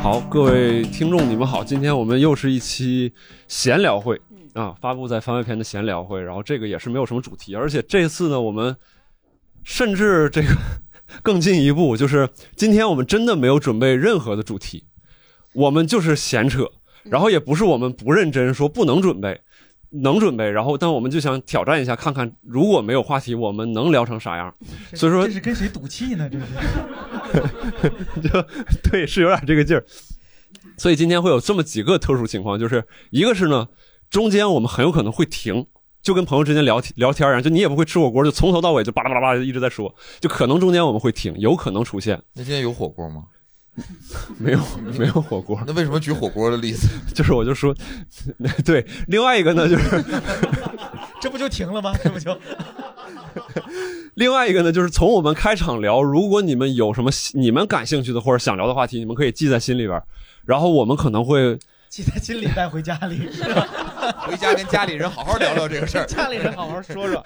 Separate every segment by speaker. Speaker 1: 好，各位听众，你们好，今天我们又是一期闲聊会啊，发布在番外篇的闲聊会。然后这个也是没有什么主题，而且这次呢，我们甚至这个更进一步，就是今天我们真的没有准备任何的主题，我们就是闲扯。然后也不是我们不认真，说不能准备，能准备。然后，但我们就想挑战一下，看看如果没有话题，我们能聊成啥样。所以说
Speaker 2: 这是跟谁赌气呢？这是
Speaker 1: 就 对，是有点这个劲儿。所以今天会有这么几个特殊情况，就是一个是呢，中间我们很有可能会停，就跟朋友之间聊天聊天儿一样，就你也不会吃火锅，就从头到尾就巴拉巴拉巴拉一直在说，就可能中间我们会停，有可能出现。
Speaker 3: 那今天有火锅吗？
Speaker 1: 没有，没有火锅。
Speaker 3: 那为什么举火锅的例子？
Speaker 1: 就是我就说，对，另外一个呢就是。
Speaker 2: 这不就停了吗？这不就
Speaker 1: 另外一个呢，就是从我们开场聊，如果你们有什么你们感兴趣的或者想聊的话题，你们可以记在心里边儿，然后我们可能会
Speaker 2: 记在心里带回家里，。
Speaker 3: 回家跟家里人好好聊聊这个事 儿
Speaker 2: 家里人好好说说。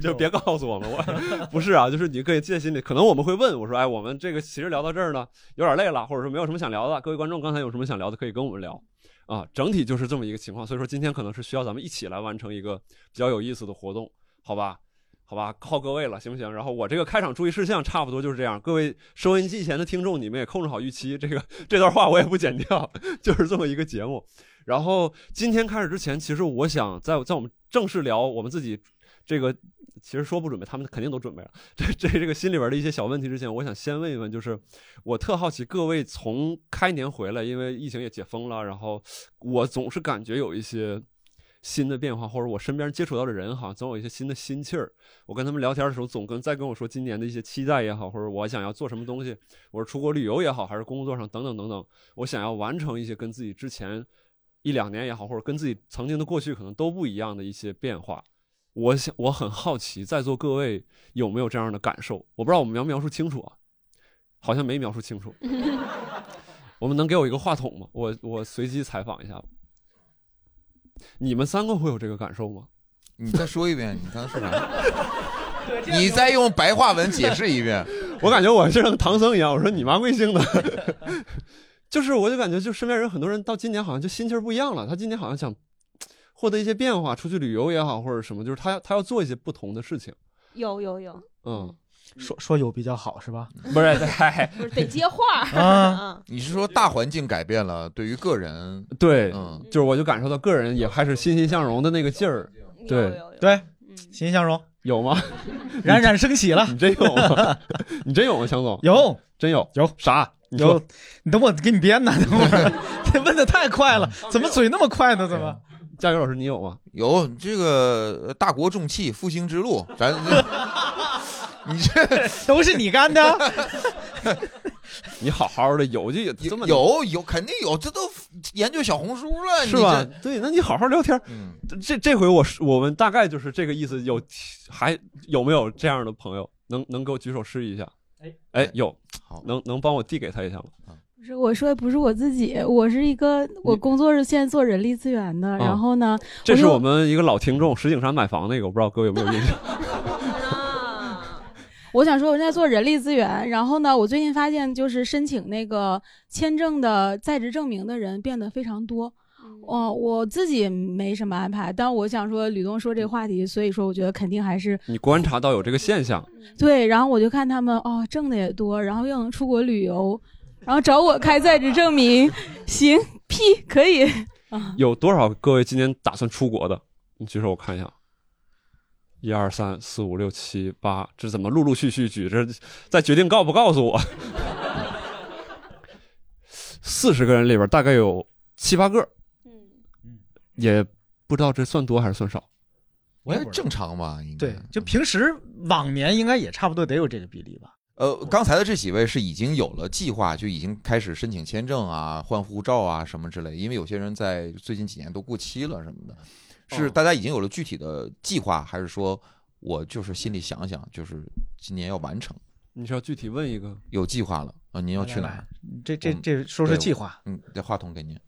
Speaker 1: 就别告诉我们，我 不是啊，就是你可以记在心里。可能我们会问我说，哎，我们这个其实聊到这儿呢，有点累了，或者说没有什么想聊的。各位观众刚才有什么想聊的，可以跟我们聊啊。整体就是这么一个情况，所以说今天可能是需要咱们一起来完成一个比较有意思的活动，好吧？好吧，靠各位了，行不行？然后我这个开场注意事项差不多就是这样。各位收音机前的听众，你们也控制好预期，这个这段话我也不剪掉， 就是这么一个节目。然后今天开始之前，其实我想在在我们正式聊我们自己这个，其实说不准备，他们肯定都准备了。这这这个心里边的一些小问题之前，我想先问一问，就是我特好奇各位从开年回来，因为疫情也解封了，然后我总是感觉有一些新的变化，或者我身边接触到的人好像总有一些新的心气儿。我跟他们聊天的时候，总跟在跟我说今年的一些期待也好，或者我想要做什么东西，我是出国旅游也好，还是工作上等等等等，我想要完成一些跟自己之前一两年也好，或者跟自己曾经的过去可能都不一样的一些变化。我想，我很好奇，在座各位有没有这样的感受？我不知道我们描不描述清楚啊，好像没描述清 楚。我们能给我一个话筒吗？我我随机采访一下。你们三个会有这个感受吗？
Speaker 3: 你再说一遍，你刚才说啥？你再用白话文解释一遍。
Speaker 1: 我感觉我就像唐僧一样，我说你妈贵姓的， 就是我就感觉就身边人很多人到今年好像就心气儿不一样了，他今年好像想获得一些变化，出去旅游也好或者什么，就是他他要做一些不同的事情。
Speaker 4: 有有有，
Speaker 1: 嗯，
Speaker 2: 说说有比较好是吧？
Speaker 1: 不是， 嗨，
Speaker 4: 不是得接话儿
Speaker 5: 嗯
Speaker 2: 啊，
Speaker 3: 你是说大环境改变了，对于个人，
Speaker 1: 对，
Speaker 3: 嗯，
Speaker 1: 就是我就感受到个人也开始欣欣向荣的那个劲儿，
Speaker 4: 嗯，
Speaker 1: 对
Speaker 4: 有有有，
Speaker 2: 对，
Speaker 4: 嗯，
Speaker 2: 欣欣向荣，
Speaker 1: 有吗？
Speaker 2: 冉冉升起了。
Speaker 1: 你真 有吗？你真有吗，强总？
Speaker 2: 有
Speaker 1: 真有
Speaker 2: 有
Speaker 1: 啥？你说
Speaker 2: 有，你等我给你编呢， 等会儿这问的太快了，
Speaker 3: 嗯
Speaker 2: 怎么嘴那么快呢？怎么？
Speaker 3: 哎
Speaker 1: 佳宇老师你有吗？
Speaker 3: 有这个呃大国重器复兴之路，咱 这你这
Speaker 2: 都是你 干的？
Speaker 1: 你好好的有就有这么
Speaker 3: 有有肯定有，这都研究小红书了，
Speaker 1: 是吧？？对，那你好好聊天。
Speaker 3: 嗯，
Speaker 1: 这这回我是我们大概就是这个意思，有还有没有这样的朋友能能给我举手示意一下？
Speaker 2: 哎
Speaker 1: 哎，有
Speaker 3: 好，
Speaker 1: 能能帮我递给他一下吗？
Speaker 6: 不是我说的不是我自己，我是一个我工作是现在做人力资源的，然后呢，
Speaker 1: 这是
Speaker 6: 我就
Speaker 1: 我们一个老听众石景山买房那个，我不知道各位有没有印象？
Speaker 4: 啊，
Speaker 6: 我想说我现在做人力资源，然后呢，我最近发现就是申请那个签证的在职证明的人变得非常多。
Speaker 4: 哦，
Speaker 6: 哦，我自己没什么安排，但我想说吕东说这个话题，所以说我觉得肯定还是
Speaker 1: 你观察到有这个现象，
Speaker 6: 对。然后我就看他们哦，挣的也多，然后又能出国旅游，然后找我开在职证明， 行，屁可以。
Speaker 1: 有多少各位今年打算出国的？你举手我看一下。一二三四五六七八，这怎么陆陆续续举？这再决定告不告诉我。四十个人里边大概有七八个，
Speaker 4: 嗯，
Speaker 1: 也不知道这算多还是算少。
Speaker 3: 我也正常吧，应该
Speaker 2: 对，就平时往年应该也差不多得有这个比例吧？
Speaker 3: 呃，刚才的这几位是已经有了计划，就已经开始申请签证啊、换护照啊什么之类，因为有些人在最近几年都过期了什么的，
Speaker 1: 哦
Speaker 3: 是大家已经有了具体的计划，还是说我就是心里想想，就是今年要完成，
Speaker 1: 你是要具体问一个？
Speaker 3: 有计划了啊？您要去哪儿？
Speaker 2: 这这
Speaker 3: 嗯
Speaker 2: 这说说
Speaker 3: 对
Speaker 2: 计划，
Speaker 3: 嗯，这话筒给您。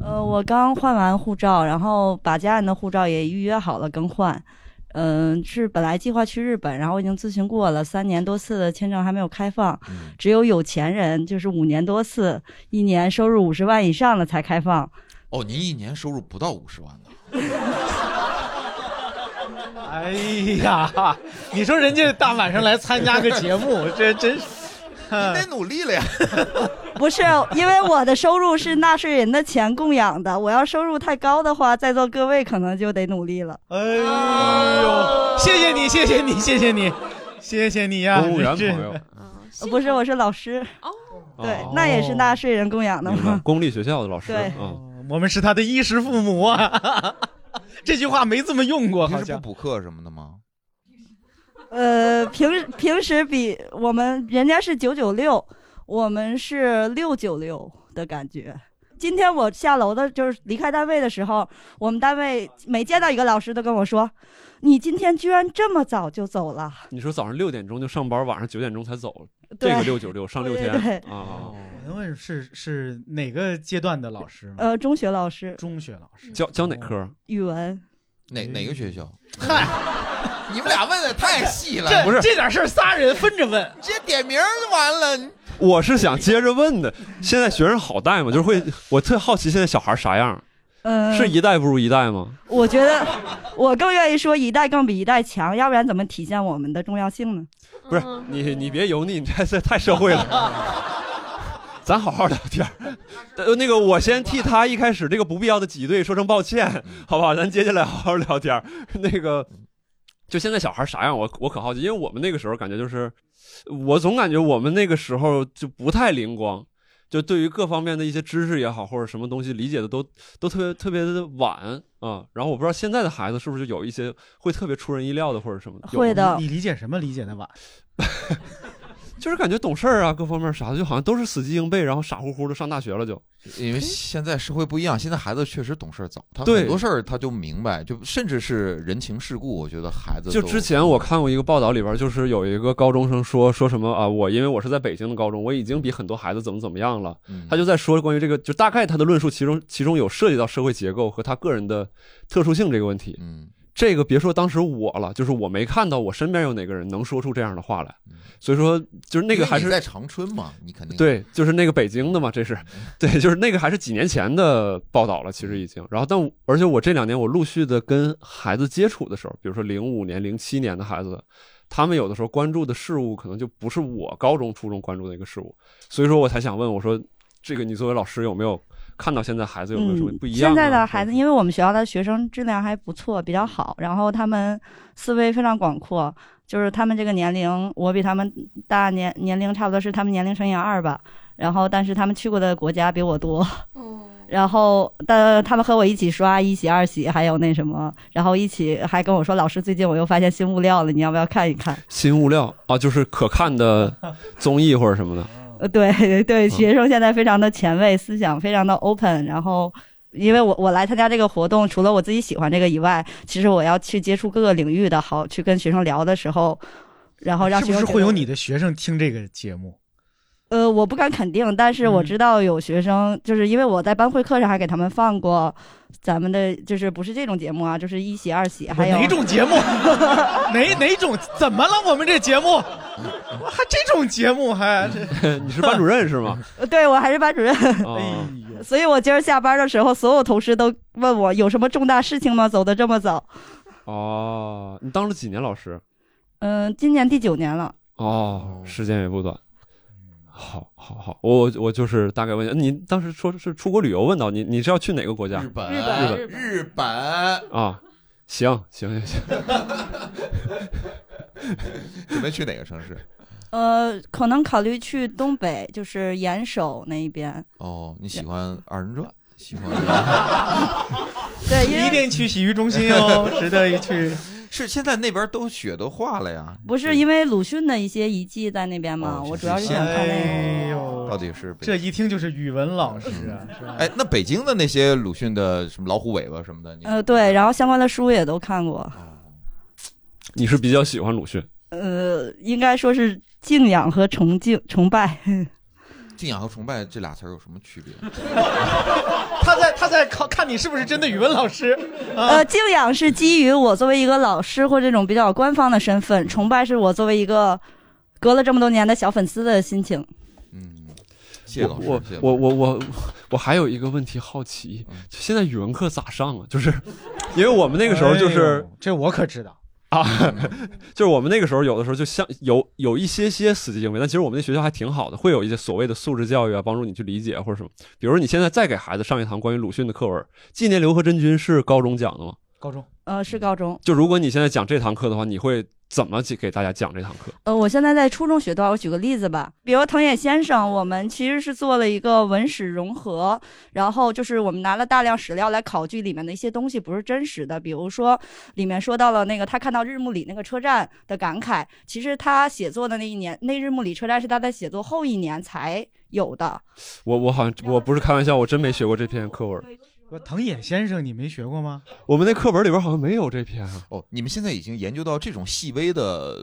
Speaker 7: 呃，我刚换完护照，然后把家人的护照也预约好了更换，嗯、是本来计划去日本，然后我已经咨询过了，三年多次的签证还没有开放，
Speaker 3: 嗯
Speaker 7: 只有有钱人，就是五年多次，一年收入五十万以上的才开放。
Speaker 3: 哦，您一年收入不到五十万呢？
Speaker 2: 哎呀，你说人家大晚上来参加个节目，这真是，嗯
Speaker 3: 你得努力了呀。
Speaker 7: 不是，因为我的收入是纳税人的钱供养的，我要收入太高的话，在座各位可能就得努力了。
Speaker 2: 哎呦，谢谢你，谢谢你，谢谢你，谢谢你呀、
Speaker 1: 公务员
Speaker 2: 这
Speaker 1: 朋友，
Speaker 7: 呃不是，我是老师。对
Speaker 1: 哦，
Speaker 7: 那也是纳税人供养的
Speaker 1: 明白
Speaker 7: 嘛。
Speaker 1: 公立学校的老师
Speaker 7: 对
Speaker 1: 嗯，
Speaker 2: 我们是他的衣食父母啊。 这句话没这么用过，
Speaker 3: 平
Speaker 2: 好
Speaker 3: 时不
Speaker 2: 像
Speaker 3: 补课什么的吗？
Speaker 7: 呃，平时平时比我们人家是九九六，我们是六九六的感觉。今天我下楼的，就是离开单位的时候，我们单位每见到一个老师都跟我说：“你今天居然这么早就走了。
Speaker 1: 你说早上六点钟就上班，晚上九点钟才走，这
Speaker 7: 对
Speaker 1: 个六九六上六天
Speaker 7: 对对
Speaker 1: 啊，
Speaker 3: 哦
Speaker 2: 我能问是是哪个阶段的老师”吗？
Speaker 7: 呃，中学老师
Speaker 2: 嗯中学老师
Speaker 1: 教教哪科？
Speaker 7: 语文，
Speaker 3: 哦哪哪个学校？
Speaker 2: 嗨，
Speaker 3: 你们俩问的太细了，
Speaker 2: 这
Speaker 1: 不是
Speaker 2: 这点事儿仨人分着问，
Speaker 3: 直接点名儿就完了。
Speaker 1: 我是想接着问的，现在学生好带吗？就是会，我特好奇现在小孩啥样，
Speaker 7: 嗯、
Speaker 1: 是一代不如一代吗？
Speaker 7: 我觉得我更愿意说一代更比一代强，要不然怎么体现我们的重要性呢？
Speaker 1: 不是
Speaker 4: 嗯
Speaker 1: 你，你别油腻，你这这太社会了。 咱好好聊天儿， 呃，那个我先替他一开始这个不必要的挤兑说声抱歉， 好不好？咱接下来好好聊天儿。那个，就现在小孩啥样，我我可好奇，因为我们那个时候感觉就是，我总感觉我们那个时候就不太灵光，就对于各方面的一些知识也好，或者什么东西理解的都都特别特别的晚啊、然后我不知道现在的孩子是不是就有一些会特别出人意料的或者什么的，有吗
Speaker 7: 会的
Speaker 2: 你，你理解什么理解的晚？
Speaker 1: 就是感觉懂事儿啊，各方面啥的，就好像都是死记硬背，然后傻乎乎的上大学了就。
Speaker 3: 因为现在社会不一样，现在孩子确实懂事儿早，他
Speaker 1: 对
Speaker 3: 很多事儿他就明白，就甚至是人情世故，我觉得孩子
Speaker 1: 就
Speaker 3: 都
Speaker 1: 之前我看过一个报道，里边就是有一个高中生说说什么啊，我因为我是在北京的高中，我已经比很多孩子怎么怎么样了。
Speaker 3: 嗯
Speaker 1: 他就在说关于这个，就大概他的论述其中其中有涉及到社会结构和他个人的特殊性这个问题。
Speaker 3: 嗯
Speaker 1: 这个别说当时我了，就是我没看到我身边有哪个人能说出这样的话来，所以说就是那
Speaker 3: 嗯因为
Speaker 1: 个还
Speaker 3: 你
Speaker 1: 是
Speaker 3: 在长春嘛，你肯
Speaker 7: 嗯
Speaker 3: 定
Speaker 1: 对，就是那个北京的嘛，这是， 对，就是那个还是几年前的报道了，其
Speaker 7: 嗯
Speaker 1: 实已经。然后，但我而且我这两年我陆续的跟孩子接触的时候，比如说零五年、零七年的孩子，他们有的时候关注的事物可能就不是我高中、初中关注的一个事物，所以说我才想问我说，这个你作为老师有没有看到现在孩子有没有什么
Speaker 7: 嗯
Speaker 1: 不一样、
Speaker 7: 现在的孩子，因
Speaker 1: 为
Speaker 7: 为我们学校的学生质量还不错，比较好，然后他们思维非常广阔，就是他们这个年龄，我比他们大年年龄差不多是他们年龄乘以二吧。然后，但是他们去过的国家比我多，
Speaker 8: 哦
Speaker 4: 嗯
Speaker 7: 然后但他们和我一起刷一喜、二喜，还有那什么，然后一起还跟我说，老师最近我又发现新物料了，你要不要看一看？
Speaker 1: 新物料啊，就是可看的综艺或者什么 的，
Speaker 7: 呃，对对，
Speaker 1: 嗯
Speaker 7: 学生现在非常的前卫，思想非常的 open，然后。因为我我来参加这个活动，除了我自己喜欢这个以外，其实我要去接触各个领域的，好去跟学生聊的时候，然后让
Speaker 2: 是
Speaker 7: 学
Speaker 2: 不
Speaker 7: 生
Speaker 2: 是
Speaker 7: 觉
Speaker 2: 会
Speaker 7: 得
Speaker 2: 有？你的学生听这个节目？
Speaker 7: 呃，我不敢肯定，但是我
Speaker 2: 嗯
Speaker 7: 知道有学生，就是因为我在班会课上还给他们放过咱们的，就是不是这种节目啊，就是一喜二喜，还有
Speaker 2: 哪种节目？ 哪哪种？怎么了？我们这节目，我还这种节目还这？
Speaker 1: 你是班主任 是吗？
Speaker 7: 嗯呃对我还是班主任，
Speaker 1: 啊
Speaker 2: 哎，呦，
Speaker 7: 所以我今儿下班的时候，所有同事都问我有什么重大事情吗？走的这么早？
Speaker 1: 哦，你当了几年老师？
Speaker 7: 嗯、今年第九年了。
Speaker 1: 哦
Speaker 3: 哦，
Speaker 1: 时间也不短。好，好，好，我我就是大概问一下，你当时说是出国旅游，问到你，你是要去哪个国家
Speaker 3: 日本
Speaker 4: 日本
Speaker 3: 日本
Speaker 1: 啊？行行行行，
Speaker 3: 准备去哪个城市？
Speaker 7: 呃，可能考虑去东北，就是岩手那一边。
Speaker 3: 哦，你喜欢二人转，喜欢
Speaker 7: 对，因
Speaker 2: 一
Speaker 7: 为
Speaker 2: 定去洗浴中 心哦，值得一去。
Speaker 3: 是现在那边都雪都化了呀？
Speaker 7: 不是因为鲁迅的一些遗迹在那边嘛，
Speaker 3: 哦
Speaker 7: 我
Speaker 3: 是
Speaker 7: 主要是想看那个。
Speaker 2: 哎
Speaker 3: 到
Speaker 2: 呦，
Speaker 3: 底是北
Speaker 2: 这一听就是语文老师啊！是吧
Speaker 3: 哎，那北京的那些鲁迅的什么老虎尾巴什么的，你
Speaker 7: 呃，对，然后相关的书也都看
Speaker 3: 哦
Speaker 7: 过，
Speaker 1: 你是比较喜欢鲁迅
Speaker 7: 呃，应该说是敬仰和崇敬崇拜。
Speaker 3: 敬仰和崇拜这俩词儿有什么区别？
Speaker 2: 他在他在考看你是不是真的语文老师。啊、
Speaker 7: 呃，敬仰是基于我作为一个老师或这种比较官方的身份，崇拜是我作为一个隔了这么多年的小粉丝的心情。
Speaker 3: 谢谢老师
Speaker 1: 我
Speaker 3: 谢谢老师嗯
Speaker 1: 我我我我还有一个问题好奇，就现在语文课咋上啊？就是因为我们那个时候就是、
Speaker 2: 哎这我可知道
Speaker 1: 啊， 就是我们那个时候有的时候就像有有一些些死记硬背，但其实我们那学校还挺好的，会有一些所谓的素质教育啊，帮助你去理解或者什么。比如说你现在再给孩子上一堂关于鲁迅的课文，《纪念刘和真君》是高中讲的吗？
Speaker 2: 高中，
Speaker 7: 呃，是高中。
Speaker 1: 就如果你现在讲这堂课的话，你会怎么去给大家讲这堂课？
Speaker 7: 呃，我现在在初中学段，我举个例子吧，比如藤野先生，我们其实是做了一个文史融合，然后就是我们拿了大量史料来考据里面的一些东西不是真实的，比如说里面说到了那个他看到日暮里那个车站的感慨，其实他写作的那一年，那日暮里车站是他在写作后一年才有的，
Speaker 1: 我我好像我不是开玩笑，我真没学过这篇课文。
Speaker 2: 说藤野先生，你没学过吗？
Speaker 1: 我们那课文里边好像没有这篇啊。
Speaker 3: 哦，你们现在已经研究到这种细微的、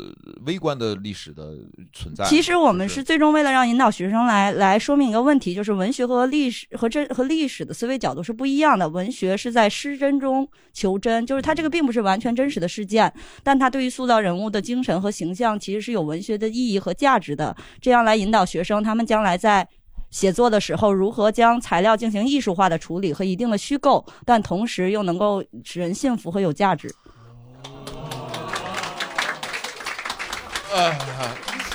Speaker 3: 微观的历史的存在。
Speaker 7: 其实我们是最终为了让引导学生来来说明一个问题，就是文学和历史和真和历史的思维角度是不一样的。文学是在失真中求真，就是它这个并不是完全真实的事件，但它对于塑造人物的精神和形象其实是有文学的意义和价值的。这样来引导学生，他们将来在。写作的时候，如何将材料进行艺术化的处理和一定的虚构，但同时又能够使人信服和有价值。
Speaker 3: 呃，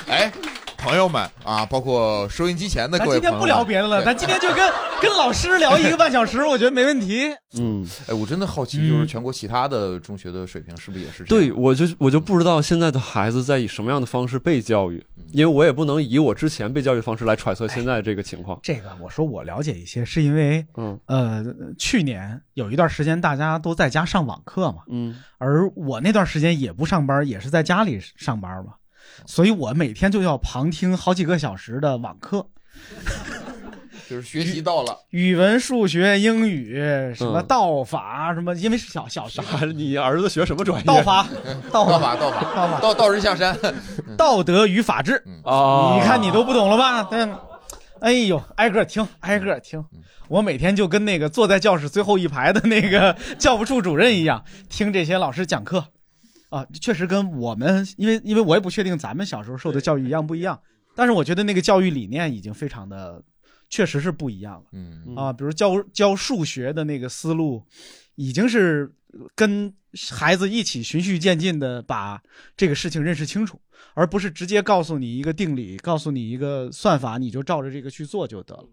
Speaker 3: 哎，朋友们啊，包括收音机前的
Speaker 2: 咱
Speaker 3: 各位
Speaker 2: 今天
Speaker 3: 朋友们，
Speaker 2: 不聊别的了，
Speaker 3: 对
Speaker 2: 咱今天就 跟跟老师聊一个半小 时，我觉得没问题。
Speaker 1: 嗯，
Speaker 3: 哎，我真的好奇，就是全国其他的中学的水平是不是也是这
Speaker 1: 对，
Speaker 3: 样？
Speaker 1: 我就我就不知道现在的孩子在以什么样的方式被教育，
Speaker 3: 嗯
Speaker 1: 因为我也不能以我之前被教育的方式来揣测现在这个情况。
Speaker 2: 这个我说我了解一些，是因为
Speaker 1: 嗯
Speaker 2: 呃，去年有一段时间大家都在家上网课嘛，
Speaker 1: 嗯，
Speaker 2: 而我那段时间也不上班，也是在家里上班嘛，所以我每天就要旁听好几个小时的网课，
Speaker 3: 就是学习 到了，
Speaker 2: 语文、数学、英语，什么
Speaker 1: 嗯
Speaker 2: 道法，什么，因为是小小学，
Speaker 1: 啥？ 你儿子学什么专业？
Speaker 2: 道法、道
Speaker 3: 道
Speaker 2: 法、
Speaker 3: 法道法
Speaker 2: 道法、
Speaker 3: 道道士下山，
Speaker 2: 道德与法治，
Speaker 1: 啊！
Speaker 2: 你看你都不懂了吧？嗯，哎呦，挨个听，挨个听。我每天就跟那个坐在教室最后一排的那个 教务处主任一样，听这些老师讲课。啊，确实跟我们，因为因为我也不确定咱们小时候受的教育一样不一样，但是我觉得那个教育理念已经非常的，确实是不一样了。
Speaker 3: 嗯，
Speaker 2: 啊，比如教教数学的那个思路，已经是跟孩子一起循序渐进的把这个事情认识清楚，而不是直接告诉你一个定理，告诉你一个算法，你就照着这个去做就得了。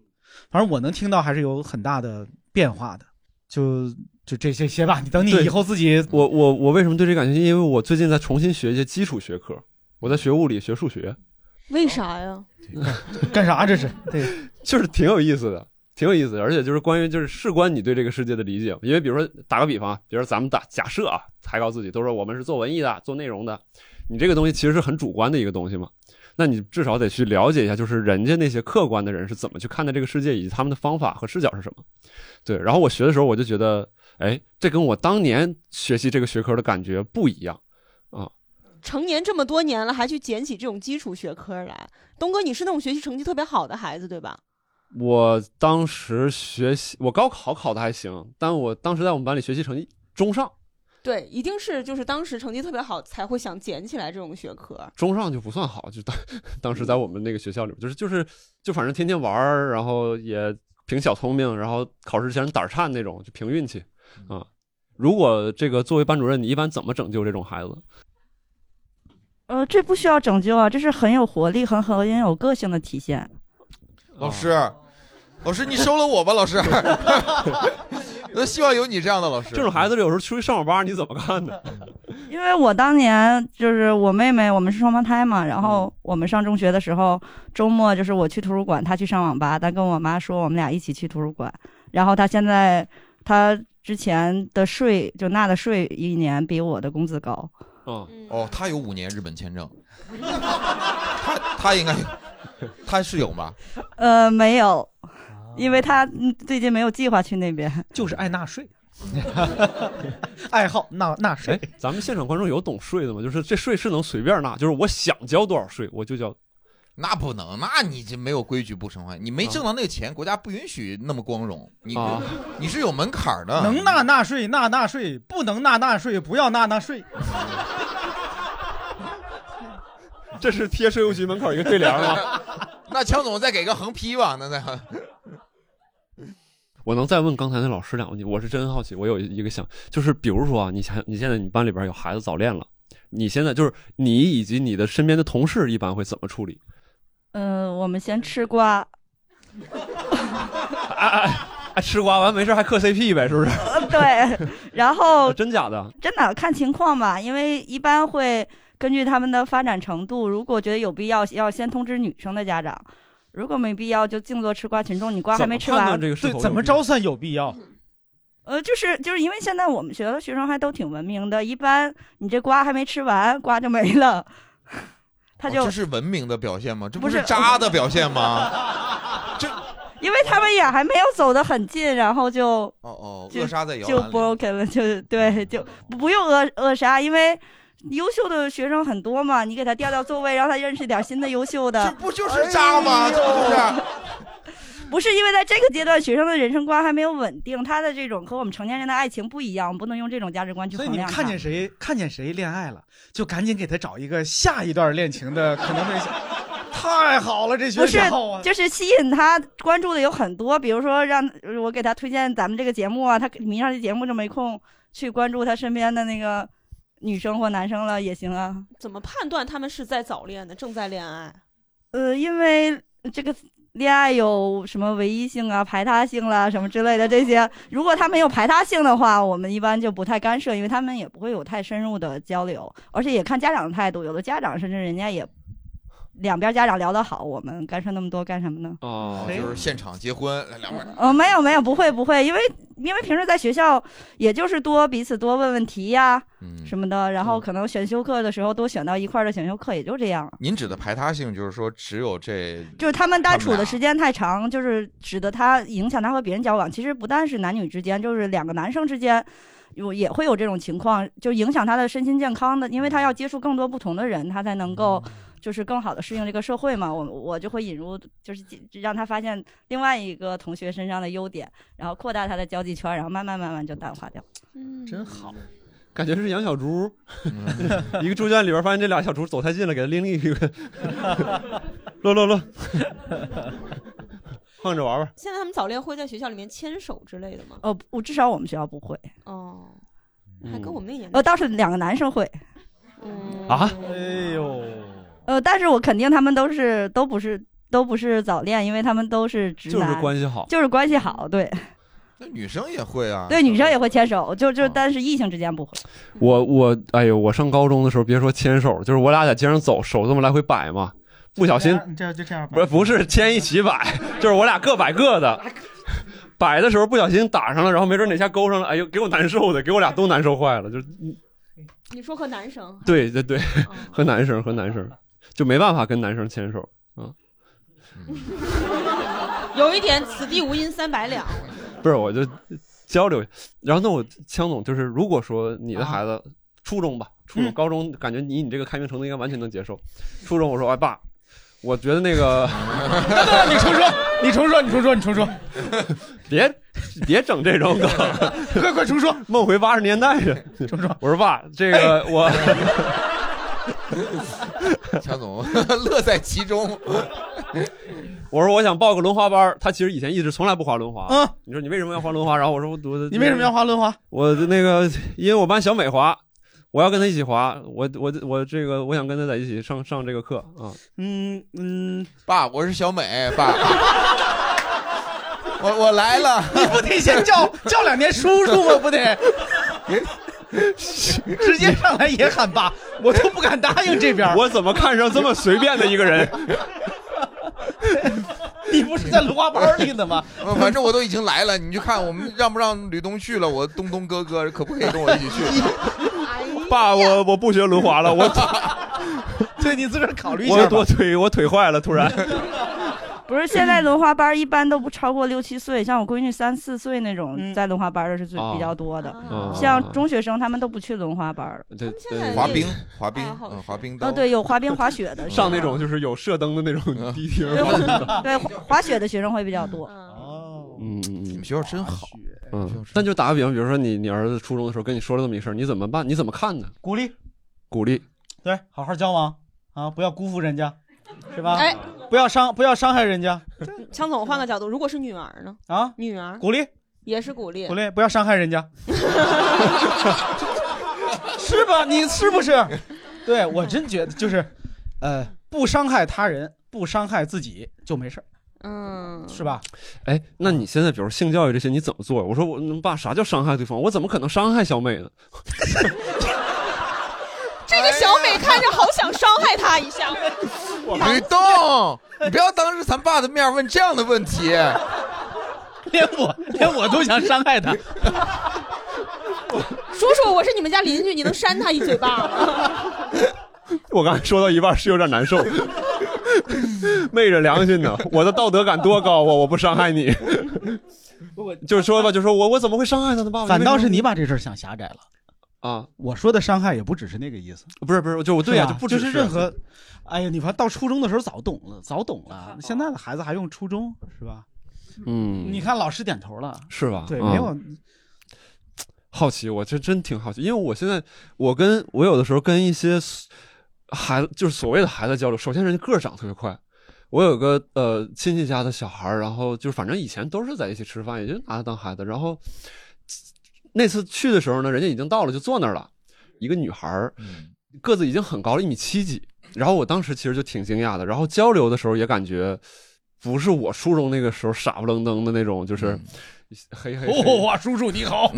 Speaker 2: 反正我能听到还是有很大的变化的，就就这这些吧。你等你
Speaker 1: 对
Speaker 2: 以后自己
Speaker 1: 我我我为什么对这感兴趣？因为我最近在重新学一些基础学科，我在学物理、学数学，
Speaker 4: 为啥呀？
Speaker 2: 干啥这是？对，
Speaker 1: 就是挺有意思的。挺有意思的，而且就是关于就是事关你对这个世界的理解，因为比如说打个比方啊，比如说咱们打假设啊，抬高自己，都说我们是做文艺的、做内容的，你这个东西其实是很主观的一个东西嘛，那你至少得去了解一下，就是人家那些客观的人是怎么去看待这个世界，以及他们的方法和视角是什么。对，然后我学的时候我就觉得，哎，这跟我当年学习这个学科的感觉不一样。 啊
Speaker 5: 成年这么多年了，还去捡起这种基础学科来。东哥，你是那种学习成绩特别好的孩子，对吧？
Speaker 1: 我当时学习，我高考考的还行，但我当时在我们班里学习成绩中上，
Speaker 5: 对，一定是就是当时成绩特别好才会想捡起来这种学科。
Speaker 1: 中上就不算好，就当 当
Speaker 3: 嗯
Speaker 1: 时在我们那个学校里面，就是就是就反正天天玩儿，然后也凭小聪明，然后考试前胆儿颤那种，就凭运气
Speaker 3: 嗯
Speaker 1: 啊。如果这个作为班主任，你一般怎么拯救这种孩子？
Speaker 7: 呃，这不需要拯救啊，这是很有活力、很很有个性的体现。
Speaker 3: 老师，老师你收了我吧，老师， 那希望有你这样的老师。
Speaker 1: 这种孩子有时候出去上网吧，你怎么看呢？
Speaker 7: 因为我当年就是我妹妹，我们是双胞胎嘛，然
Speaker 2: 嗯
Speaker 7: 后我们上中学的时候，周末就是我去图书馆，她去上网吧，她跟我妈说我们俩一起去图书馆，然后她现在她之前的税就纳的税一年比我的工资 高，
Speaker 1: 啊，
Speaker 3: 哦，他有五年日本签证，他他应该有，他是有吧？
Speaker 7: 呃，没有，因为她嗯最近没有计划去那边，
Speaker 2: 啊 就是爱纳税， 爱好纳 纳税
Speaker 1: 哎。，咱们现场观众有懂税的吗？就是这税是能随便纳，就是我想交多少税我就交。
Speaker 3: 那不能，那你这没有规矩不成坏，你没挣到那个钱，国家不允许那么光荣，你、
Speaker 2: 啊
Speaker 3: 你是有门槛儿
Speaker 1: 啊
Speaker 3: 的。
Speaker 2: 能纳纳税纳纳税，不能纳纳税不要纳纳税。
Speaker 1: 这是贴税务局门口一个对联吗？
Speaker 3: 那强总再给个横批吧，那再
Speaker 1: 我能再问刚才那老师两个问题？我是真好奇，我有一个想，就是比如说啊，你想你现在你班里边有孩子早恋了，你现在就是你以及你的身边的同事一般会怎么处理？
Speaker 7: 嗯、我们先吃瓜，
Speaker 1: 哎，吃瓜完没事还嗑 CP 呗，是不是？
Speaker 7: 呃对，然后
Speaker 1: 啊真假的？
Speaker 7: 真的看情况吧，因为一般会根据他们的发展程度，如果觉得有必要，要先通知女生的家长；如果没必要，就静坐吃瓜群众。你瓜还没吃完，
Speaker 2: 对，怎么着算有必嗯要？
Speaker 7: 呃，就是就是因为现在我们学校的学生还都挺文明的，一般你这瓜还没吃完，瓜就没了，他就、
Speaker 3: 哦这是文明的表现吗？这不
Speaker 7: 不
Speaker 3: 是
Speaker 7: 是
Speaker 3: 渣的表现吗？
Speaker 7: 因为他们也还没有走得很近，然后就
Speaker 3: 哦哦，
Speaker 7: 就
Speaker 3: 扼杀在摇
Speaker 7: 就
Speaker 3: 篮里。
Speaker 7: broken 了，就对，就不不用扼扼杀，因为优秀的学生很多嘛，你给他调调座位，让他认识点新的优秀的，这哎
Speaker 3: 不就是渣吗？这不就是？
Speaker 7: 不是因为在这个阶段，学生的人生观还没有稳定，他的这种和我们成年人的爱情不一样，我们不能用这种价值观去
Speaker 2: 所以
Speaker 7: 衡
Speaker 2: 你们
Speaker 7: 量它。
Speaker 2: 看见谁看见谁恋爱了，就赶紧给他找一个下一段恋情的可能对象。太好了，这学
Speaker 7: 不是
Speaker 2: 校啊，，
Speaker 7: 就是吸引他关注的有很多，比如说让我给他推荐咱们这个节目啊，他迷上这节目就没空去关注他身边的那个女生或男生了也行啊。
Speaker 5: 怎么判断他们是在早恋呢？正在恋爱？
Speaker 7: 呃，因为这个恋爱有什么唯一性啊、排他性啦、什么之类的这些，如果他们有排他性的话，我们一般就不太干涉，因为他们也不会有太深入的交流，而且也看家长的态度，有的家长甚至人家也两边家长聊得好，我们干涉那么多干什么呢？
Speaker 1: 哦
Speaker 3: 就是现场结婚，
Speaker 2: 嗯
Speaker 3: 两边
Speaker 7: 呃，没有没有，不会不会，因为因为平时在学校也就是多彼此多问问题呀、什么的，然后可能选修课的时候多选到一块儿的选修课，也就这样了。
Speaker 3: 您指的排他性就是说只有这，
Speaker 7: 就是他们单处
Speaker 3: 他
Speaker 7: 的
Speaker 3: 们
Speaker 7: 时间太长，就是使得他影响他和别人交往。其实不但是男女之间，就是两个男生之间，有也会有这种情况，就影响他的身心健康的，因为他要接触更多不同的人，他才能够就是更好的适应这个社会嘛。我我就会引入，就是让他发现另外一个同学身上的优点，然后扩大他的交际圈，然后慢慢慢慢就淡化掉。
Speaker 5: 嗯，
Speaker 2: 真好。
Speaker 1: 感觉是养小猪， 一个猪圈里边发现这俩小猪走太近了，给它另一个， 落落 落，碰着玩玩。
Speaker 5: 现在他们早恋会在学校里面牵手之类的吗？
Speaker 7: 哦，不我至少我们学校不会，
Speaker 5: 哦，
Speaker 2: 嗯
Speaker 5: 还跟我们那个年代
Speaker 2: 哦
Speaker 7: 呃，倒是两个男生会。
Speaker 1: 啊，
Speaker 2: 哎呦，
Speaker 7: 呃，但是我肯定他们都是都不是都不是早恋，因为他们都是直
Speaker 3: 就是
Speaker 7: 男，
Speaker 3: 关系好
Speaker 7: 就是关系好，对
Speaker 3: 那女生也会啊。
Speaker 7: 对，女生也会牵手，就
Speaker 2: 啊
Speaker 7: 就但是异性之间不会。
Speaker 1: 我我哎呦，我上高中的时候，别说牵手，就是我俩在街上走，手这么来回摆嘛，不小心
Speaker 2: 这就这样吧。
Speaker 1: 不是哎不是牵一起 摆，就是我俩各摆各 的。摆的时候不小心打上了，然后没准哪下勾上了，哎呦，给我难受的，给我俩都难受坏了，就是嗯
Speaker 5: 你说和男生
Speaker 1: 对对对，和男生和男生就没办法跟男生牵手啊。嗯
Speaker 5: 有一点此地无银三百两，
Speaker 1: 不是，我就交流。然后那我枪总就是，如果说你的
Speaker 2: 啊
Speaker 1: 孩子、初中
Speaker 2: 嗯
Speaker 1: 吧，初中、高中，感觉你你这个开明程度应该完全能接受。初中我说，哎爸，我觉得那个，
Speaker 2: 你重说，你重说，你重说，你重说，
Speaker 1: 别别整这种梗，
Speaker 2: 快快重说，
Speaker 1: 梦回八十年代去，
Speaker 2: 重说。哎
Speaker 1: 我说爸，这个我。
Speaker 3: 强总乐在其中。
Speaker 1: 我说我想报个轮滑班儿，他其实以前一直从来不滑轮滑。
Speaker 2: 嗯，
Speaker 1: 你说你为什么要滑轮滑？然后我说我我
Speaker 2: 你为什么要滑轮滑？
Speaker 1: 我的那个，因为我班小美滑，我要跟她一起滑，我我我这个我想跟她在一起上上这个课啊。
Speaker 2: 嗯嗯，
Speaker 3: 爸，我是小美，爸， 我我来了。
Speaker 2: 你不得先叫叫两年叔叔吗？不 得，直接上来也喊爸，我都不敢答应这边儿。
Speaker 1: 我怎么看上这么随便的一个人？
Speaker 2: 你不是在轮滑班里呢吗？
Speaker 3: 呃 反正我都已经来了，你就看我们让不让吕东去了？我东东哥哥可不可以跟我一起 去？
Speaker 1: 爸，我我不学轮滑了，我
Speaker 2: 对你自个儿考虑一
Speaker 1: 我
Speaker 2: 下吧。嗯
Speaker 1: 我腿我腿坏了，突然。
Speaker 7: 不是现在轮滑班一般都不超过六七岁，像我闺女三四岁那
Speaker 2: 嗯
Speaker 7: 种在轮滑班的是最
Speaker 1: 哦
Speaker 7: 比较多的
Speaker 1: 啊，
Speaker 7: 像中学生他们都不去轮滑班了。
Speaker 1: 对
Speaker 3: 在
Speaker 1: 对，
Speaker 3: 滑冰滑冰嗯滑冰
Speaker 7: 哦，
Speaker 3: 的
Speaker 7: 对，有滑冰、滑雪的，
Speaker 1: 上那种就是有射灯的那
Speaker 3: 嗯
Speaker 1: 种迪厅。
Speaker 7: 对滑雪的学生会比较多。
Speaker 1: 嗯嗯嗯，你们
Speaker 3: 学校真好。哎
Speaker 1: 嗯，但就打个比方，比如说你你儿子初中的时候跟你说了这么一事儿，你怎么办？你怎么看呢？
Speaker 2: 鼓励，
Speaker 1: 鼓励。
Speaker 2: 对，好好交往啊，不要辜负人家，是吧？
Speaker 5: 哎，
Speaker 2: 不要伤，不要伤害人家
Speaker 5: 强总换个角度，如果是女儿呢？
Speaker 2: 啊，
Speaker 5: 女儿
Speaker 2: 鼓励，
Speaker 5: 也是鼓励，
Speaker 2: 鼓励，不要伤害人家， 是吧？你是不是？对我真觉得就是，呃，不伤害他人，不伤害自己就没事儿，
Speaker 5: 嗯，
Speaker 2: 是吧？
Speaker 1: 哎，那你现在比如性教育这些你怎么做？我说我嗯爸，啥叫伤害对方？我怎么可能伤害小美呢？
Speaker 5: 这个小美看着好想伤害他 一下。
Speaker 3: 吕洞，你不要当着咱爸的面问这样的问题。
Speaker 2: 连我连我都想伤害他。
Speaker 5: 叔叔，我是你们家邻居，你能扇他一嘴巴吗？
Speaker 1: 我刚才说到一半是有点难受， 昧着良心呢，我的道德感多高啊！我不伤害你，就说吧，就说我我怎么会伤害他呢？爸爸，
Speaker 2: 反倒是
Speaker 1: 为
Speaker 2: 你把这事儿想狭窄了。
Speaker 1: 啊，
Speaker 2: 我说的伤害也不只是那个意思，
Speaker 1: 不是不是，就我对
Speaker 2: 是
Speaker 1: 呀、
Speaker 2: 吧
Speaker 1: 就不
Speaker 2: 就
Speaker 1: 只
Speaker 2: 是任何，哎呀，你看到初中的时候早懂了，早懂了，现在的孩子还用初中是吧？
Speaker 1: 嗯，
Speaker 2: 你看老师点头了，
Speaker 1: 是吧？
Speaker 2: 对，
Speaker 1: 嗯
Speaker 2: 没有
Speaker 1: 好奇，我这真挺好奇，因为我现在我跟我有的时候跟一些 s- 孩子，就是所谓的孩子交流，首先人家个儿长得特别快。我有个呃亲戚家的小孩儿，然后就是反正以前都是在一起吃饭，也就拿他当孩子。然后那次去的时候呢，人家已经到了，就坐那儿了。一个女孩儿，个子已经很高了，一米七几。然后我当时其实就挺惊讶的，然后交流的时候也感觉不是我初中那个时候傻不愣登的那种，就是嘿嘿嘿。
Speaker 2: 哦哇，叔叔你好，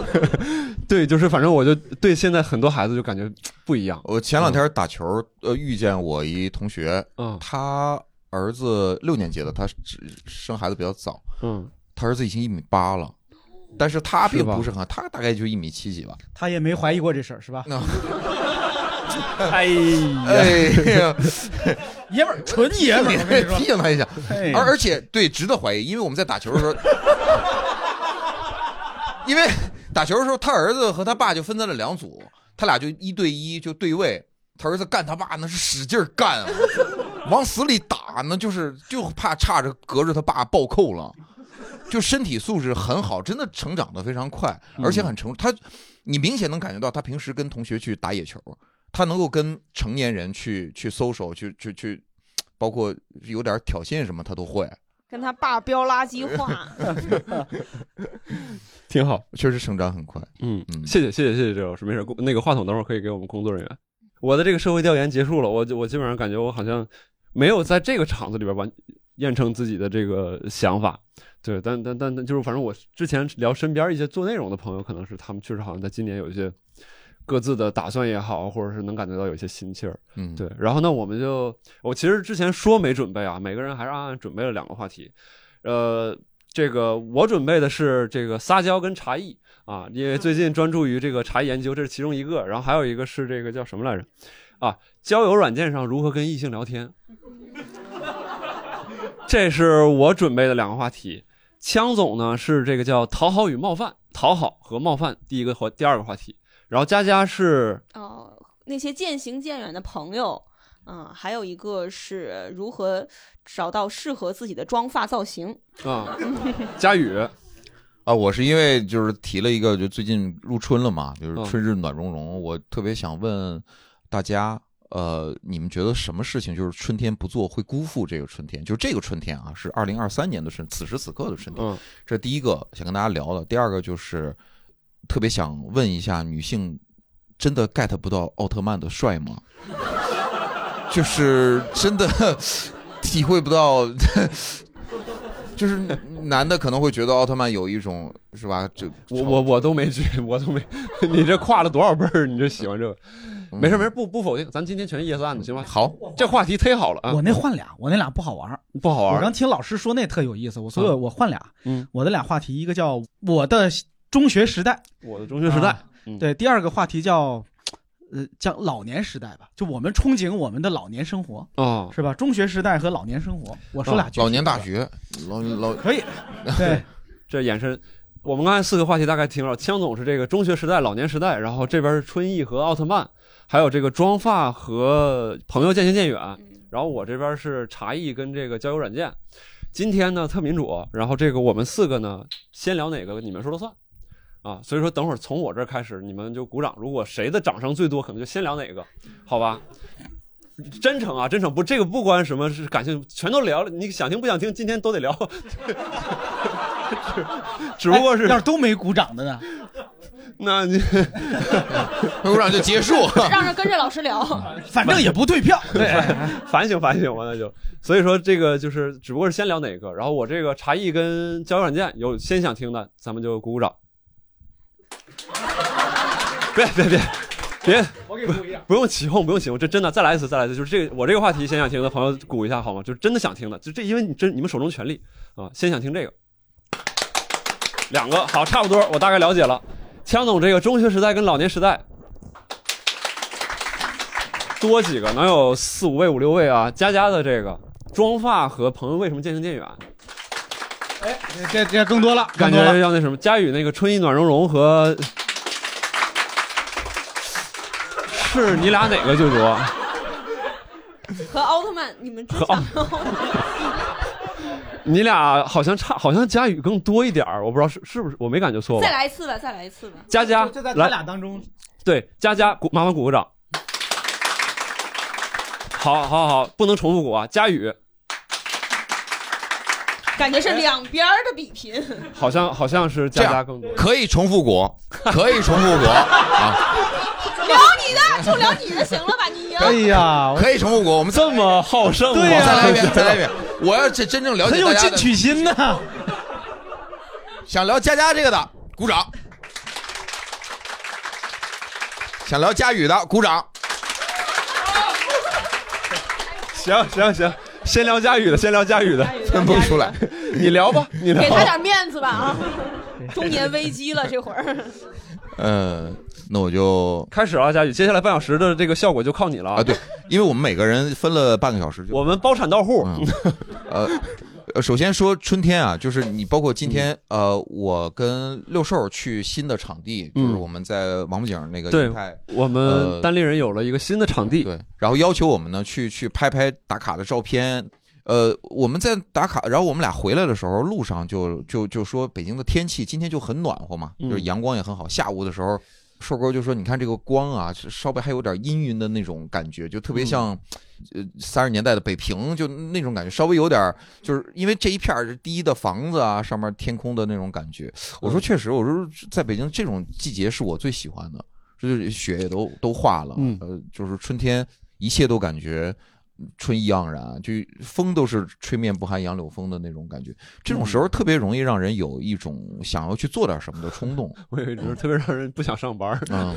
Speaker 1: 对，就是反正我就对现在很多孩子就感觉不一样。
Speaker 3: 我前两天打球，呃，遇见我一同学，
Speaker 1: 嗯
Speaker 3: 他儿子六年级了，他只生孩子比较早，
Speaker 1: 嗯，
Speaker 3: 他儿子已经一米八了，但是他并
Speaker 1: 是吧
Speaker 3: 不是很，他大概就一米七几吧。
Speaker 2: 他也没怀疑过这事儿是 吧？
Speaker 1: 哎
Speaker 3: 哎 呀，
Speaker 2: 爷们儿，纯爷们儿，我跟 你说
Speaker 3: 提，醒他一下，
Speaker 2: 哎
Speaker 3: 而而且对值得怀疑，因为我们在打球的时候，因为打球的时候，他儿子和他爸就分在了两组，他俩就一对一就对位，他儿子干他爸那是使劲儿干啊，往死里打那就是就怕差着隔着他爸暴扣了。就身体素质很好，真的成长的非常快，
Speaker 1: 嗯
Speaker 3: 而且很成。他，你明显能感觉到他平时跟同学去打野球，他能够跟成年人去去 social，去去去，包括有点挑衅什么，他都会，
Speaker 5: 跟他爸飙垃圾 话，
Speaker 1: 挺好。
Speaker 3: 确实成长很快。
Speaker 1: 嗯，
Speaker 3: 嗯
Speaker 1: 谢谢谢谢谢谢这老师，没事，工那个话筒等会儿可以给我们工作人员。我的这个社会调研结束了，我就我基本上感觉我好像没有在这个场子里边完验证自己的这个想法。对，但但但但就是反正我之前聊身边一些做内容的朋友，可能是他们确实好像在今年有一些各自的打算也好，或者是能感觉到有一些心气儿。
Speaker 3: 嗯，
Speaker 1: 对，然后呢，我们就我其实之前说没准备啊，每个人还是暗暗准备了两个话题，呃，这个我准备的是这个撒娇跟茶艺啊，因为最近专注于这个茶艺研究，这是其中一个，然后还有一个是这个叫什么来着？啊，交友软件上如何跟异性聊天？这是我准备的两个话题。枪总呢是这个叫讨好与冒犯，讨好和冒犯第一个话，第二个话题。然后佳佳是
Speaker 5: 哦，那些渐行渐远的朋友，嗯，还有一个是如何找到适合自己的妆发造型。
Speaker 1: 啊， 佳宇
Speaker 3: 啊，我是因为就是提了一个，就最近入春了嘛，就是
Speaker 1: 嗯
Speaker 3: 春日暖融融，我特别想问大家，呃，你们觉得什么事情就是春天不做会辜负这个春天？就这个春天啊，是二零二三年的春，此时此刻的春天。
Speaker 1: 嗯
Speaker 3: 这第一个想跟大家聊的，第二个就是特别想问一下，女性真的 get 不到奥特曼的帅吗？就是真的 体会不到， 就是男的可能会觉得奥特曼有一种是吧？这
Speaker 1: 我我我都没觉，我都没， 你这跨了多少辈儿？你这喜欢这个？没事没事，不不否定，咱今天全夜散的，行吧？
Speaker 3: 好，
Speaker 1: 这话题忒好了啊
Speaker 2: 我，那换俩，我那俩不好玩儿。
Speaker 1: 不好玩
Speaker 2: 我
Speaker 1: 儿
Speaker 2: 刚。听老师说那特有意思，我所以我换俩，
Speaker 1: 嗯，
Speaker 2: 我的俩话题，一个叫我的中学时代，
Speaker 1: 我的中学时代
Speaker 2: 啊，
Speaker 1: 嗯
Speaker 2: 对，第二个话题叫呃讲老年时代吧，就我们憧憬我们的老年生活，
Speaker 1: 哦，
Speaker 2: 是吧？中学时代和老年生活，我说俩句。
Speaker 3: 啊老年大学，老老
Speaker 2: 可以，对，
Speaker 1: 这延伸。我们刚才四个话题大概听了，枪总是这个中学时代、老年时代，然后这边是春意和奥特曼，还有这个妆发和朋友渐行渐远，然后我这边是茶艺跟这个交友软件。今天呢特民主，然后这个我们四个呢先聊哪个你们说了算啊，所以说等会儿从我这儿开始你们就鼓掌，如果谁的掌声最多，可能就先聊哪个，好吧？真诚啊，真诚不，这个不关什么是感性，全都聊了，你想听不想听，今天都得聊。 只不过是、
Speaker 2: 哎要是都没鼓掌的呢，
Speaker 1: 那 你
Speaker 3: 没鼓掌就结束
Speaker 5: 让人跟着老师聊。
Speaker 2: 反正也不退 票。对，
Speaker 1: 反省反省吧，那就。所以说这个就是，只不过是先聊哪个，然后我这个茶艺跟交友软件有先想听的，咱们就鼓鼓掌。别别别别，
Speaker 2: 我给鼓一下。
Speaker 1: 不用起哄，不用起哄，这真的再来一次，再来一次，就是这个我这个话题先想听的朋友鼓一下好吗？就是真的想听的，就这，因为你真你们手中权力啊，先想听这个。两个好，差不多，我大概了解了。枪总这个中学时代跟老年时代，多几个，能有四五位、五六位啊。佳佳的这个妆发和朋友为什么渐行渐远，
Speaker 2: 哎，这这更多了，
Speaker 1: 感
Speaker 2: 更多
Speaker 1: 觉
Speaker 2: 了。
Speaker 1: 要那什么。佳宇那个春意暖融融和，是你俩哪个最多？
Speaker 5: 和奥特曼，你们之
Speaker 1: 和奥
Speaker 5: 前
Speaker 1: 你俩好像差，好像佳宇更多一点儿，我不知道是是不是，我没感觉错吧
Speaker 5: 再？来一次吧，再来一次吧。
Speaker 1: 佳佳
Speaker 2: 就在他
Speaker 1: 来，
Speaker 2: 俩当中，
Speaker 1: 对佳佳鼓，麻烦鼓个掌。好，好，好，不能重复鼓啊！佳宇
Speaker 5: 感觉是两边儿的比 拼，
Speaker 1: 好像好像是佳佳更多，
Speaker 3: 可以重复鼓，可以重复鼓啊，
Speaker 5: 聊你的就聊你的，行了吧？你赢。
Speaker 2: 哎
Speaker 1: 啊
Speaker 2: 呀，我
Speaker 3: 可以重复鼓。我们再
Speaker 1: 这么好胜啊吗？
Speaker 2: 对呀
Speaker 3: 再来一遍，再来一遍。我要是真正了
Speaker 2: 很
Speaker 3: 解
Speaker 2: 有
Speaker 3: 大家
Speaker 2: 进
Speaker 3: 的，
Speaker 2: 取心呐。
Speaker 3: 想聊佳佳这个的，鼓掌；想聊佳宇的，鼓掌。
Speaker 1: 行行行，先聊佳宇的，先聊佳宇的，
Speaker 3: 分不出来，
Speaker 1: 你聊吧，你
Speaker 5: 给
Speaker 1: 聊
Speaker 5: 他
Speaker 1: 吧。
Speaker 5: 点面子吧啊！ 中年危机了，这会儿
Speaker 3: 嗯，那我就
Speaker 1: 开始啊，佳宇，接下来半小时的这个效果就靠你了
Speaker 3: 啊，对，因为我们每个人分了半个小时就，
Speaker 1: 我们包产到户，
Speaker 3: 嗯，呃。呃首先说春天啊，就是你包括今天，
Speaker 1: 嗯
Speaker 3: 呃，我跟六兽去新的场地，就是
Speaker 1: 嗯
Speaker 3: 我们在王府井那个
Speaker 1: 对
Speaker 3: 银泰，
Speaker 1: 我们
Speaker 3: 呃
Speaker 1: 单立人有了一个新的场地，
Speaker 3: 对，然后要求我们呢去去拍拍打卡的照片。呃，我们在打卡，然后我们俩回来的时候，路上就就就说北京的天气今天就很暖和嘛，
Speaker 1: 嗯
Speaker 3: 就是阳光也很好。下午的时候，瘦哥就说：“你看这个光啊，是稍微还有点阴云的那种感觉，就特别像，
Speaker 1: 嗯
Speaker 3: 呃，三十年代的北平，就那种感觉，稍微有点儿，就是因为这一片儿是低的房子啊，上面天空的那种感觉。”我
Speaker 9: 嗯
Speaker 3: 说：“确实，我说在 北京这种季节是我最喜欢的，这就是雪也都都化了，
Speaker 1: 嗯
Speaker 3: 呃，就是春天，一切都感觉春意盎然，就风都是吹面不寒杨柳风的那种感觉。这种时候特别容易让人有一种想要去做点什么的冲动，
Speaker 1: 我有一种特别让人不想上班。
Speaker 3: 嗯，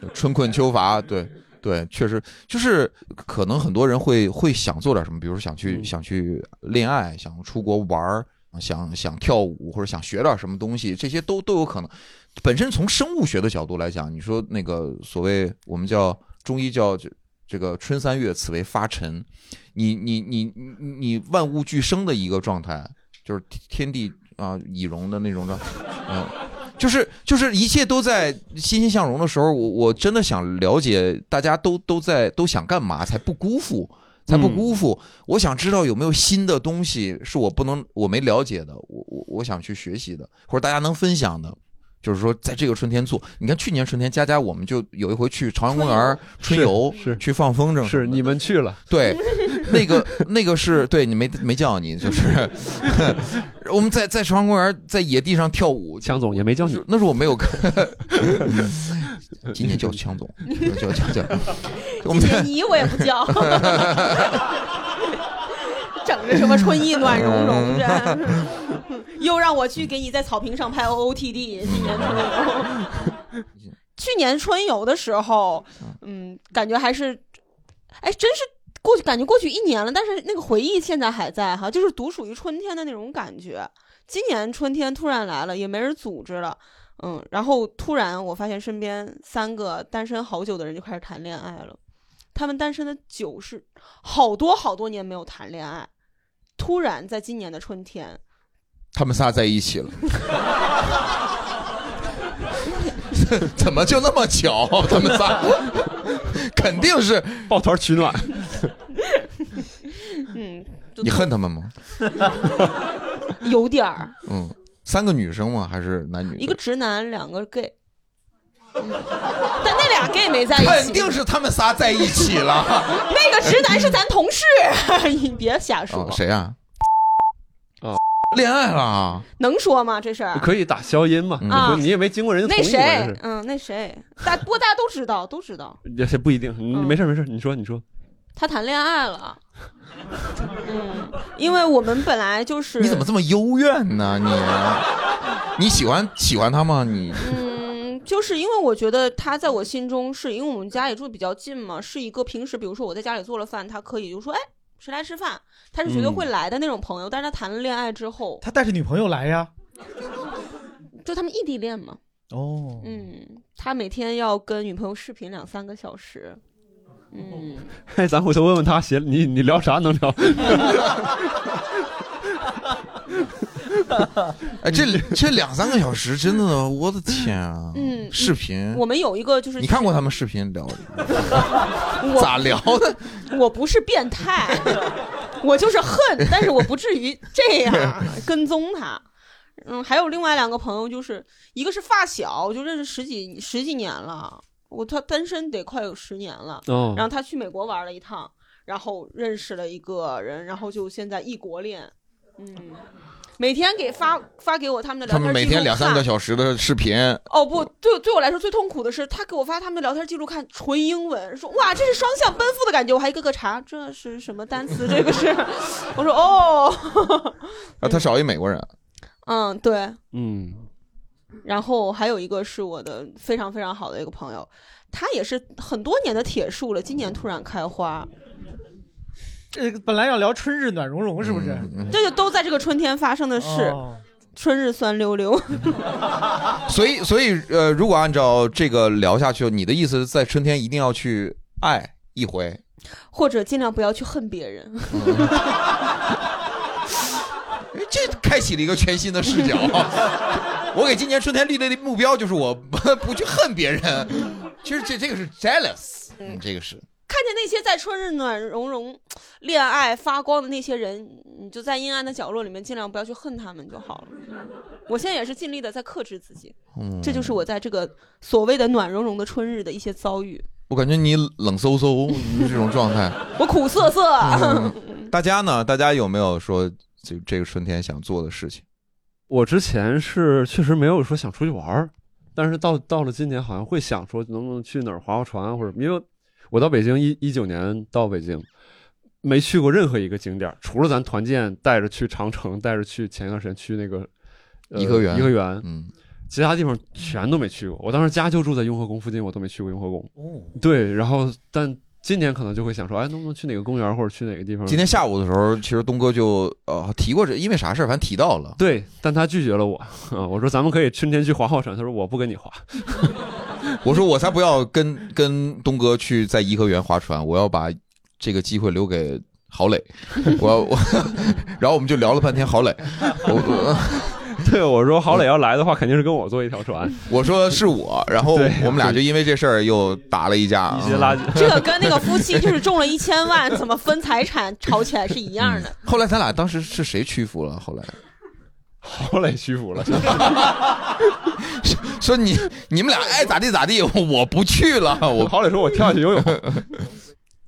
Speaker 3: 就春困秋乏，对。 对，确实就是可能很多人会会想做点什么，比如想去
Speaker 1: 嗯
Speaker 3: 想去恋爱，想出国玩儿，想想跳舞或者想学点什么东西，这些都都有可能。本身从生物学的角度来讲，你说那个所谓我们叫中医叫这这个春三月，此为发陈，你你你你你万物俱生的一个状态，就是天地啊以荣的那种状态，嗯。就是就是一切都在欣欣向荣的时候，我我真的想了解大家都都在都想干嘛，才不辜负，才不辜负。我想知道有没有新的东西是我不能我没了解的，我我我想去学习的，或者大家能分享的。就是说，在这个春天做，你看去年春天，佳佳我们就有一回去朝阳公园春游，
Speaker 1: 是是
Speaker 3: 去放风筝，
Speaker 1: 是你们去了，
Speaker 3: 对，那个那个是对你没没叫你，就是 我们在在朝阳公园在野地上跳舞，
Speaker 1: 强总也没叫你
Speaker 3: 是，那是我没有看，今年叫强总，叫叫 叫，我们
Speaker 5: 姐你我也不叫， 整着什么春意暖融融
Speaker 3: 嗯
Speaker 5: 的，又让我去给你在草坪上拍 OOTD。今年春游， 去年春游的时候，嗯，感觉还是，哎，真是。过去感觉过去一年了，但是那个回忆现在还在哈，就是独属于春天的那种感觉。今年春天突然来了，也没人组织了，嗯，然后突然我发现身边三个单身好久的人就开始谈恋爱了，他们单身的久是好多好多年没有谈恋爱，突然在今年的春天，
Speaker 3: 他们仨在一起了。 怎么就那么巧？他们仨肯定是
Speaker 1: 抱团取 暖。
Speaker 5: 嗯，就
Speaker 3: 你恨他们吗？
Speaker 5: 有点儿，
Speaker 3: 嗯，三个女生吗？还是男女？
Speaker 5: 一个直男，两个 gay，、嗯、但那俩 gay 没在一起，
Speaker 3: 肯定是啊他们仨在一起了。
Speaker 5: 那个直男是咱同事， 你别瞎说，
Speaker 3: 哦，谁呀、
Speaker 1: 啊？
Speaker 3: 恋爱了？啊
Speaker 5: 能说吗？这事儿
Speaker 1: 可以打消音嘛？
Speaker 3: 嗯
Speaker 5: 啊
Speaker 1: 你也没经过人家
Speaker 5: 那
Speaker 1: 同意嘛
Speaker 5: 谁，嗯，那谁，大不过大家都知道，都知道。
Speaker 1: 这是也不一定。
Speaker 5: 嗯
Speaker 1: 你没事没事，你说你说，
Speaker 5: 他谈恋爱了。嗯，因为我们本来就是
Speaker 3: 你怎么这么幽怨呢？你啊你喜欢喜欢他吗？ 你
Speaker 5: 嗯，就是因为我觉得他在我心中是因为我们家也住得比较近嘛，是一个平时比如说我在家里做了饭，他可以就说哎谁来吃饭，他是绝对会
Speaker 3: 嗯
Speaker 5: 来的那种朋友。但是他谈了恋爱之后，
Speaker 2: 他带着女朋友来呀。
Speaker 5: 就他们异地恋嘛，
Speaker 2: 哦，
Speaker 5: 嗯，他每天要跟女朋友视频两三个小时，嗯，
Speaker 3: 哦
Speaker 1: 哎，咱回头问问他闲，你你聊啥能聊？
Speaker 3: 哎，这这两三个小时，真的，我的天啊！
Speaker 5: 嗯
Speaker 3: 视频，
Speaker 5: 我们有一个就是
Speaker 3: 嗯你看过他们视频聊
Speaker 5: 我
Speaker 3: 咋聊的？
Speaker 5: 我不是变态，我就是恨，但是我不至于这样跟踪他。嗯，还有另外两个朋友，就是一个是发小，就认识十几十几年了，我他单身得快有十年了。
Speaker 1: 哦
Speaker 5: 然后他去美国玩了一趟，然后认识了一个人，然后就现在异国恋，嗯，每天给发发给我他们的聊
Speaker 3: 他们
Speaker 5: 天记录
Speaker 3: 每天两三个
Speaker 5: 看
Speaker 3: 小时的视频，
Speaker 5: 哦不，对对我来说最痛苦的是，他给我发他们的聊天记录看纯英文，说哇这是双向奔赴的感觉，我还一个个查这是什么单词，这个是，我说哦，
Speaker 3: 啊，他少一美国人，
Speaker 5: 嗯对，
Speaker 1: 嗯，
Speaker 5: 然后还有一个是我的非常非常好的一个朋友，他也是很多年的铁树了，今年突然开花，
Speaker 2: 这个本来要聊春日暖融融，是不是？
Speaker 1: 嗯
Speaker 5: 这就都在这个春天发生的事，
Speaker 2: 哦
Speaker 5: 春日酸溜溜，
Speaker 3: 所以所以呃，如果按照这个聊下去，你的意思是在春天一定要去爱一回，
Speaker 5: 或者尽量不要去恨别人，
Speaker 3: 哎这开启了一个全新的视角。啊 我给今年春天立了的目标就是我不去恨别人，其实这这个是 jealous，嗯，这个是。
Speaker 5: 看见那些在春日暖融融、恋爱发光的那些人，你就在阴暗的角落里面尽量不要去恨他们就好了。我现在也是尽力的在克制自己，
Speaker 3: 嗯
Speaker 5: 这就是我在这个所谓的暖融融的春日的一些遭遇。
Speaker 3: 我感觉你冷飕飕这种状态。
Speaker 5: 我苦啊涩涩，
Speaker 3: 大家呢？大家有没有说就这个春天想做的事情？
Speaker 1: 我之前是确实没有说想出去玩儿，但是到到了今年好像会想说能不能去哪儿划划船啊或者因为我到北京一一九年到北京。没去过任何一个景点儿，除了咱团建带着去长城，带着去前一段时间去那个、呃
Speaker 3: 颐和园
Speaker 1: 颐和园，
Speaker 3: 嗯，
Speaker 1: 其他地方全都没去过。我当时家就住在雍和宫附近，我都没去过雍和宫。
Speaker 2: 哦，
Speaker 1: 对，然后但今年可能就会想说，哎，能不能去哪个公园或者去哪个地方？
Speaker 3: 今天下午的时候，其实东哥就呃提过这，因为啥事儿，反正提到了。
Speaker 1: 对，但他拒绝了我。啊，我说咱们可以春天去划划船，他说我不跟你划。
Speaker 3: 我说我才不要跟跟东哥去在颐和园划船，我要把这个机会留给郝磊。 我要我，然后我们就聊了半天郝磊。我我
Speaker 1: 对，我说郝磊要来的话，肯定是跟我坐一条船，
Speaker 3: 我说是我，然后
Speaker 1: 对
Speaker 3: 我们俩就因为这事儿又打了一架。啊
Speaker 1: 一些垃圾。
Speaker 5: 这个跟那个夫妻就是中了一千万怎么分财产吵起来是一样的。
Speaker 3: 嗯 后来咱俩当时是谁屈服了？ 后来
Speaker 1: 郝磊屈服了，
Speaker 3: 说你你们俩爱咋地咋地， 我不去了，我
Speaker 1: 郝磊说我跳下去游泳。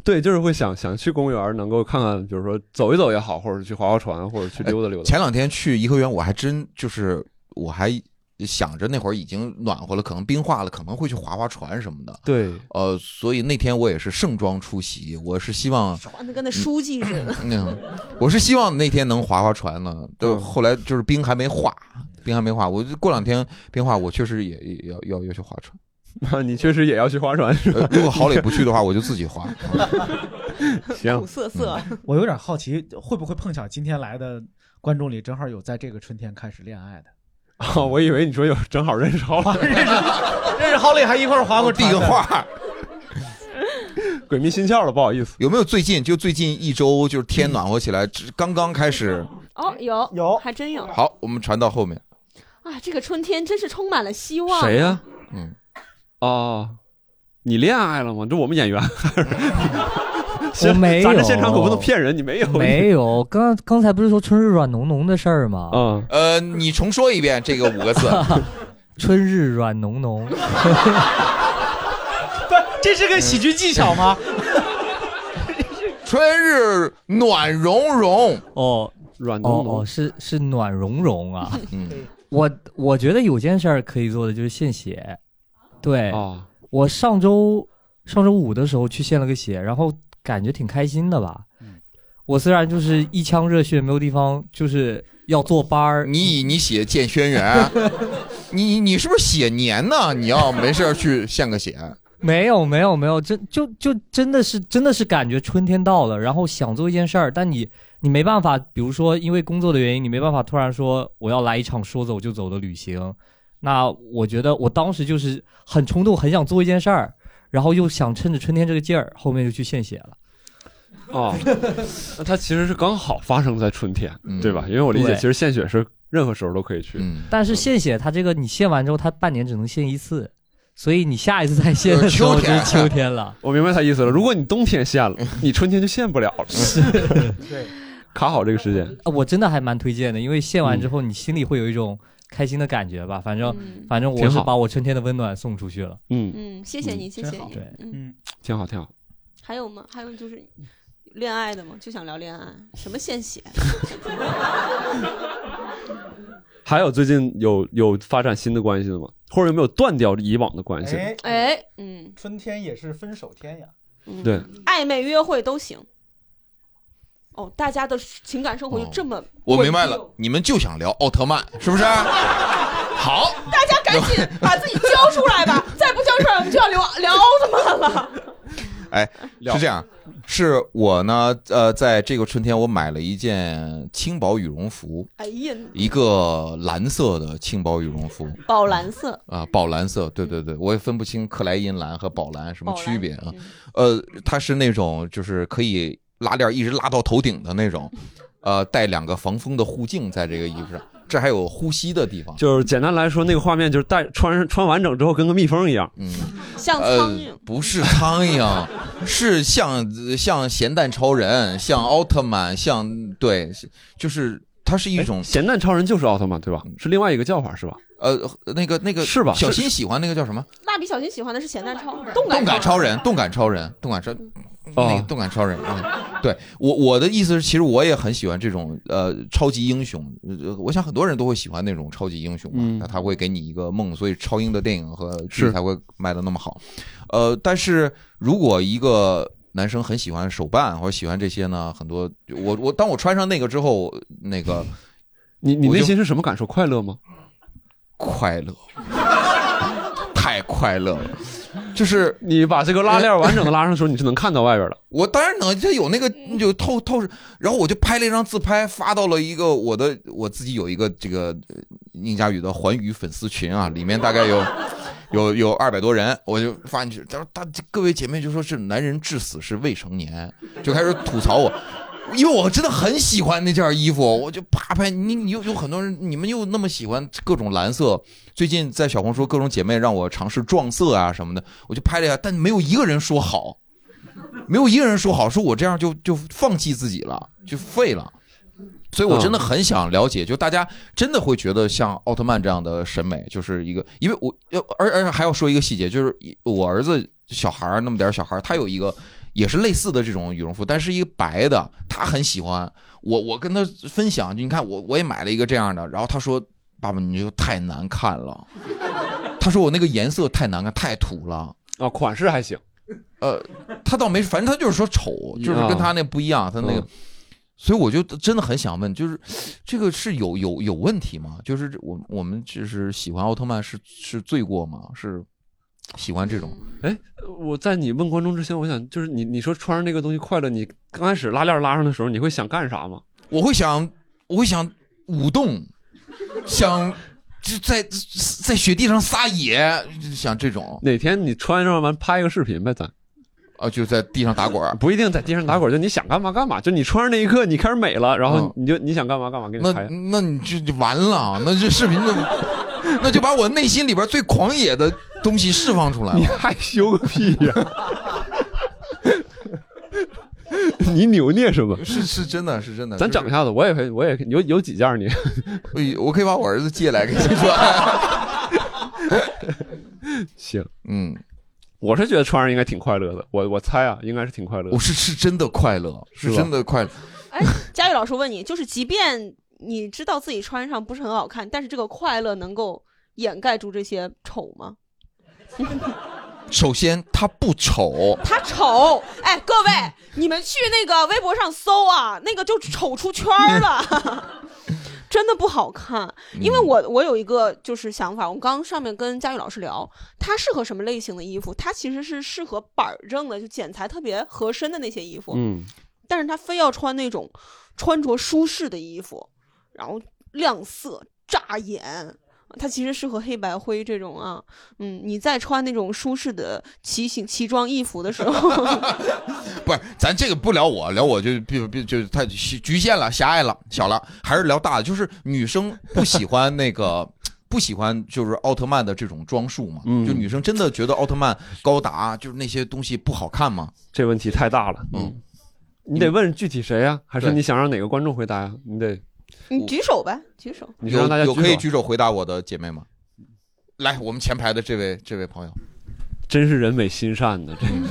Speaker 1: 对，就是会想想去公园，能够看看，比如说走一走也好，或者去划划船，或者去
Speaker 3: 哎
Speaker 1: 溜达溜达。
Speaker 3: 前两天去颐和园，我还真就是我还想着那会儿已经暖和了，可能冰化了，可能会去划划船什么的。
Speaker 1: 对，
Speaker 3: 呃，所以那天我也是盛装出席，我是希望，
Speaker 5: 穿的跟那书记似的，
Speaker 3: 那样我是希望那天能划划船呢。对，
Speaker 1: 嗯
Speaker 3: 后来就是冰还没化，冰还没化，我就过两天冰化，我确实也也也要要要去划船。
Speaker 1: 那 你确实也要去划船是吧？
Speaker 3: 呃如果郝磊不去的话，我就自己 划。
Speaker 1: 行
Speaker 5: 苦，啊涩涩。
Speaker 3: 嗯
Speaker 2: 我有点 好奇，会不会碰巧今天来的观众里正好有在这个春天开始恋爱的？
Speaker 1: 啊， 我以为你说有正好认识好了，认识
Speaker 2: 认识好磊还一块儿划过
Speaker 3: 递个话。
Speaker 1: 鬼迷心窍了，不好意思。
Speaker 3: 有没有最近就最近一周，就是天暖和起来，只刚刚开 始？
Speaker 5: 哦，有有，还真有。
Speaker 3: 好，我们传到后面。
Speaker 5: 啊，这个春天真是充满了希望。 啊
Speaker 1: 谁呀、
Speaker 3: 嗯，
Speaker 1: 哦，你恋爱了吗？这我们演员，
Speaker 9: 我没有
Speaker 1: 咱这现场可不能骗人，你没有，
Speaker 9: 没有，刚刚才不是说春日软浓浓的事儿吗？
Speaker 1: 嗯，
Speaker 3: 呃，你重说一遍这个五个 字。
Speaker 9: 春日软浓浓，
Speaker 2: 不是，这是个喜剧技巧吗？
Speaker 3: 春日暖融融，
Speaker 9: 哦，
Speaker 1: 软浓
Speaker 9: 哦
Speaker 1: 浓
Speaker 9: 哦，是是暖融融啊。
Speaker 3: 嗯，
Speaker 9: 我我觉得有件事儿可以做的就是献血，对、
Speaker 3: 哦
Speaker 1: 啊，
Speaker 9: 我上周上周五的时候去献了个血，然后感觉挺开心的吧。
Speaker 2: 嗯
Speaker 9: 我虽然就是一腔热血，没有地方就是要坐班儿，
Speaker 3: 你以你血见轩辕， 你你是不是血年呢？你要没事儿去献个血，
Speaker 9: 没有没有没有，真就就真的是真的是感觉春天到了，然后想做一件事儿，但你你没办法，比如说因为工作的原因，你没办法突然说我要来一场说走就走的旅行。那我觉得我当时就是很冲动，很想做一件事儿，然后又想趁着春天这个劲儿，后面就去献血了。
Speaker 3: 嗯
Speaker 1: 哦，那它其实是刚好发生在春天，
Speaker 3: 嗯
Speaker 1: 对吧？因为我理解，
Speaker 9: 对
Speaker 1: 其实献血是任何时候都可以去。
Speaker 3: 嗯，
Speaker 9: 但是献血它这个你献完之后，它半年只能献一次，所以你下一次再献
Speaker 3: 就
Speaker 9: 的
Speaker 3: 是
Speaker 9: 时候就
Speaker 3: 秋
Speaker 9: 是
Speaker 3: 天
Speaker 9: 秋天了。
Speaker 1: 我明白他意思了。如果你冬 天献了，你春天就献不了了。
Speaker 2: 对，
Speaker 1: 卡好这个时间。
Speaker 9: 啊我真的还蛮推荐的，因为献完之
Speaker 1: 嗯
Speaker 9: 后你心里会有一种开心的感觉吧，反正。
Speaker 5: 嗯
Speaker 9: 反正我
Speaker 1: 挺
Speaker 9: 是
Speaker 1: 好
Speaker 9: 把我春天的温暖送出去了。
Speaker 1: 嗯，
Speaker 5: 嗯，谢谢你，谢谢
Speaker 2: 真好
Speaker 5: 你
Speaker 9: 对。
Speaker 5: 嗯，
Speaker 1: 挺好，挺好。
Speaker 5: 还有吗？还有就是恋爱的吗？就想聊恋爱，什么 献血？
Speaker 1: 还有最近有有发展新的关系的吗？或者有没有断掉以往的关系？
Speaker 2: 哎，
Speaker 5: 哎，嗯，
Speaker 2: 春天也是分手天呀。
Speaker 5: 嗯
Speaker 1: 对，
Speaker 5: 暧昧约会都行。哦，大家的情感生活就这么、
Speaker 3: 哦我明白了，，你们就想聊奥特曼，是不啊是？ 好，
Speaker 5: 大家赶紧 把自己交出来吧，再不交出来我们就要聊聊奥特曼了。
Speaker 3: 哎，
Speaker 1: 聊
Speaker 3: 是这样，是我呢，呃，在这个春天我买了一件轻薄羽绒服，
Speaker 5: 哎呀，
Speaker 3: 一个蓝色的轻薄羽绒服
Speaker 5: 宝蓝色，
Speaker 3: 啊、宝蓝色，对对对，我也分不清克莱因蓝和宝蓝什么
Speaker 5: 宝蓝
Speaker 3: 区别啊。
Speaker 5: 嗯
Speaker 3: 呃，它是那种就是可以拉链一直拉到头顶的那种，呃，带两个防风的护镜在这个衣服上，这还有呼吸的地方。
Speaker 1: 就是简单来说，那个画面就是带穿上穿完整之后跟个蜜蜂一样。
Speaker 3: 嗯，
Speaker 5: 像苍
Speaker 3: 呃
Speaker 5: 蝇，，
Speaker 3: 不是苍蝇，是像像咸蛋超人，像奥特曼，像对，就是它是一种
Speaker 1: 哎咸蛋超人就是奥特曼，对吧？是另外一个叫法，是吧？
Speaker 3: 呃那个那个
Speaker 1: 是吧
Speaker 3: 小
Speaker 1: 是
Speaker 3: 新喜欢那个叫什么？
Speaker 5: 蜡笔小新喜欢的是咸蛋超动
Speaker 3: 动感
Speaker 5: 感
Speaker 3: 超
Speaker 5: 人。
Speaker 3: 人，动感超人，动感超，那个
Speaker 1: 哦
Speaker 3: 动感超人。嗯对我我的意思是，其实我也很喜欢这种呃超级英雄，呃我想很多人都会喜欢那种超级英雄嘛
Speaker 1: 嗯，
Speaker 3: 那他会给你一个梦，所以超英的电影和剧
Speaker 1: 是
Speaker 3: 才会卖的那么好。呃，但是如果一个男生很喜欢手办或者喜欢这些呢，很多我我当我穿上那个之后，那个
Speaker 1: 你你
Speaker 3: 我
Speaker 1: 内
Speaker 3: 就
Speaker 1: 心是什么感受？快乐吗？
Speaker 3: 快乐，太快乐了，就是
Speaker 1: 你把这个拉链完整的拉上的时候，你是能看到外边的。
Speaker 3: 我当然能，这有那个就透透视，然后我就拍了一张自拍，发到了一个我的我自己有一个这个呃宁佳宇的环宇粉丝群啊，里面大概有 有有二百多人，我就发进去，然后大各位姐妹就说是男人至死是未成年，就开始吐槽我。因为我真的很喜欢那件衣服，我就啪拍你，你有有很多人，你们又那么喜欢各种蓝色。最近在小红书各种姐妹让我尝试撞色啊什么的，我就拍了一下，但没有一个人说好，没有一个人说好，说我这样就就放弃自己了，就废了。所以，我
Speaker 1: 嗯
Speaker 3: 真的很想了解，就大家真的会觉得像奥特曼这样的审美，就是一个，因为我要，而而且还要说一个细节，就是我儿子小孩儿那么点儿小孩儿，他有一个也是类似的这种羽绒服，但是一个白的，他很喜欢。我我跟他分享，你看我我也买了一个这样的，然后他说：“爸爸，你这个太难看了。”他说我那个颜色太难看，太土了。
Speaker 1: 啊，款式还行。
Speaker 3: 呃，他倒没，反正他就是说丑，就是跟他那不一样，他那个
Speaker 1: 嗯。
Speaker 3: 所以我就真的很想问，就是这个是有有有问题吗？就是我我们就是喜欢奥特曼是是罪过吗？是喜欢这种
Speaker 1: 哎我在你问观众之前，我想就是你你说穿上那个东西快乐，你刚开始拉链拉上的时候，你会想干啥吗？
Speaker 3: 我会想，我会想舞动，想就在在雪地上撒野，像这种
Speaker 1: 哪天你穿上完拍个视频呗，咱。
Speaker 3: 啊，就在地上打滚，
Speaker 1: 不一定在地上打滚，就你想干嘛干嘛，就你穿上那一刻你开始美了，然后你就你想干嘛干嘛，给你
Speaker 3: 嗯那
Speaker 1: 拍。
Speaker 3: 那你就就完了，那这视频就那就把我内心里边最狂野的东西释放出来
Speaker 1: 你
Speaker 3: 了。
Speaker 1: 害羞个屁呀！ 你扭捏什么？
Speaker 3: 是是真的，是真的。
Speaker 1: 咱
Speaker 3: 就是
Speaker 1: 整一下子，我也可以，我也可以有有几件儿你
Speaker 3: 哎我可以把我儿子借来给你穿。
Speaker 1: 行。
Speaker 3: 嗯，
Speaker 1: 我是觉得穿上应该挺快乐的，我我猜啊，应该是挺快乐的
Speaker 3: 我。是是真的快乐，
Speaker 1: 是
Speaker 3: 是
Speaker 1: 吧
Speaker 3: 真的快乐。
Speaker 5: 佳宇老师问你，就是即便你知道自己穿上不是很好看，但是这个快乐能够掩盖住这些丑吗？
Speaker 3: 首先，他不丑，
Speaker 5: 他丑，哎，各位，你们去那个微博上搜啊，那个就丑出圈儿了， 嗯真的不好看。因为我我有一个就是想法，我刚刚上面跟佳玉老师聊，他适合什么类型的衣服？他其实是适合板儿正的，就剪裁特别合身的那些衣服，
Speaker 1: 嗯，
Speaker 5: 但是他非要穿那种穿着舒适的衣服，然后亮色炸眼。他其实适合黑白灰这种啊，嗯，你在穿那种舒适的骑行奇装异服的时候，
Speaker 3: 不是，咱这个不聊我，聊我就就就就太局限了、狭隘了、小了，还是聊大的。就是女生不喜欢那个，不喜欢就是奥特曼的这种装束嘛。
Speaker 1: 嗯
Speaker 3: 就女生真的觉得奥特曼、高达就是那些东西不好看吗？
Speaker 1: 这问题太大了，
Speaker 3: 嗯，
Speaker 1: 你得问具体谁啊呀、还是
Speaker 3: 对
Speaker 1: 你想让哪个观众回答呀、你得，
Speaker 5: 你举手呗，举手。
Speaker 1: 你就
Speaker 3: 有
Speaker 1: 让大家
Speaker 3: 有可以
Speaker 1: 举手，
Speaker 3: 举手回答我的姐妹吗？来，我们前排的这位这位朋友，
Speaker 1: 真是人美心善呢。这
Speaker 3: 嗯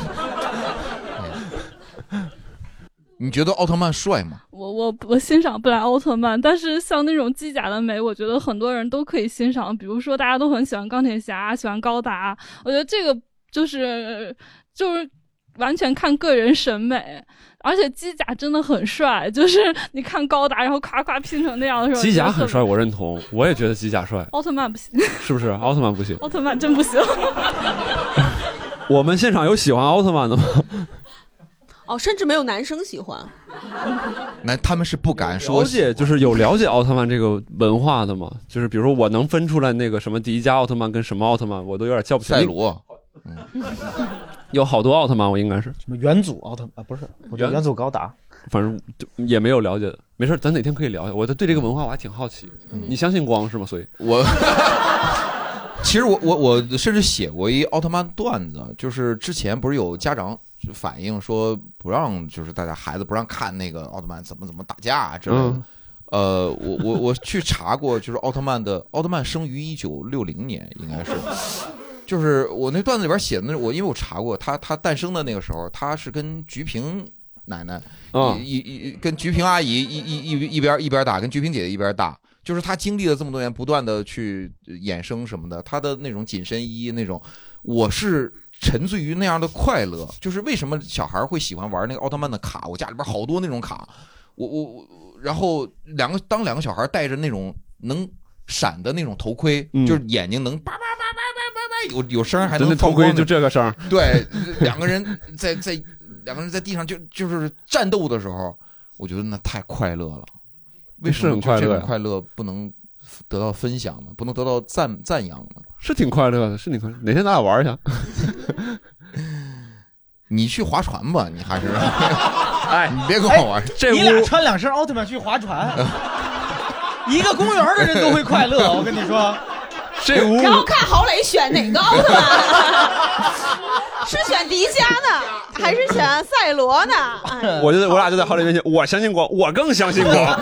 Speaker 3: 你觉得奥特曼帅吗？
Speaker 8: 我我我欣赏不来奥特曼，但是像那种机甲的美，我觉得很多人都可以欣赏。比如说，大家都很喜欢钢铁侠，喜欢高达，我觉得这个就是就是完全看个人审美。而且机甲真的很帅，就是你看高达，然后夸夸拼成那样的时候，
Speaker 1: 机甲
Speaker 8: 觉得
Speaker 1: 很帅，我认同，我也觉得机甲帅，
Speaker 5: 哦
Speaker 8: 奥特曼不行，
Speaker 1: 是不是？奥特曼不行。
Speaker 8: 奥特曼真不行。
Speaker 1: 我们现场有喜欢奥特曼的吗？
Speaker 5: 哦，甚至没有男生喜欢。
Speaker 3: 那他们是不敢说
Speaker 1: 了解就是有了解奥特曼这个文化的吗？就是比如说我能分出来那个什么迪迦奥特曼跟什么奥特曼，我都有点叫不清。
Speaker 3: 赛罗。
Speaker 1: 有好多奥特曼，我应该是，
Speaker 2: 什么元祖奥特曼啊？不是，我叫
Speaker 1: 元
Speaker 2: 元祖高达。
Speaker 1: 反正就也没有了解的。没事儿，咱哪天可以聊一下。我对这个文化我还挺好奇。你相信光是吗？所以
Speaker 3: 嗯我其实我我我甚至写过一奥特曼段子，就是之前不是有家长反映说不让，就是大家孩子不让看那个奥特曼怎么怎么打架啊之类的。
Speaker 1: 嗯
Speaker 3: 呃，我我我去查过，就是奥特曼的奥特曼生于一九六零年，应该是，就是我那段子里边写的那，我因为我查过，他他诞生的那个时候，他是跟菊萍奶奶
Speaker 1: 啊，
Speaker 3: 一一一跟菊萍阿姨一一一一边一边打，跟菊萍姐姐一边打，就是她经历了这么多年，不断的去呃衍生什么的，她的那种紧身衣那种，我是沉醉于那样的快乐。就是为什么小孩会喜欢玩那个奥特曼的卡？我家里边好多那种卡，我我我，然后两个当两个小孩戴着那种能闪的那种头盔，
Speaker 1: 嗯
Speaker 3: 就是眼睛能叭叭叭叭叭叭叭有有声儿还
Speaker 1: 咱
Speaker 3: 能
Speaker 1: 那头
Speaker 3: 放光
Speaker 1: 盔
Speaker 3: 的
Speaker 1: 就这个声儿。
Speaker 3: 对， 两个人在在两个人在地上就就是战斗的时候，我觉得那太快乐了。为什
Speaker 1: 是
Speaker 3: 么就
Speaker 1: 很快乐
Speaker 3: 这
Speaker 1: 呀
Speaker 3: 种快乐不能得到分享呢？不能得到赞赞扬呢？
Speaker 1: 是挺快乐的，是挺快乐。哪天咱俩玩一下？啊
Speaker 3: 你去划船吧，你还是
Speaker 1: 哎，
Speaker 3: 你别跟我玩。
Speaker 1: 这
Speaker 2: 你俩
Speaker 1: 屋
Speaker 2: 穿两身奥特曼去划 船，一个公园的人都会快乐。我跟你 说，
Speaker 1: 这屋
Speaker 5: 然后看郝磊选哪个奥特曼， 是选迪迦呢，还是选赛罗呢？哎，
Speaker 1: 我就我俩就在好里面前，我相信光，我更相信光。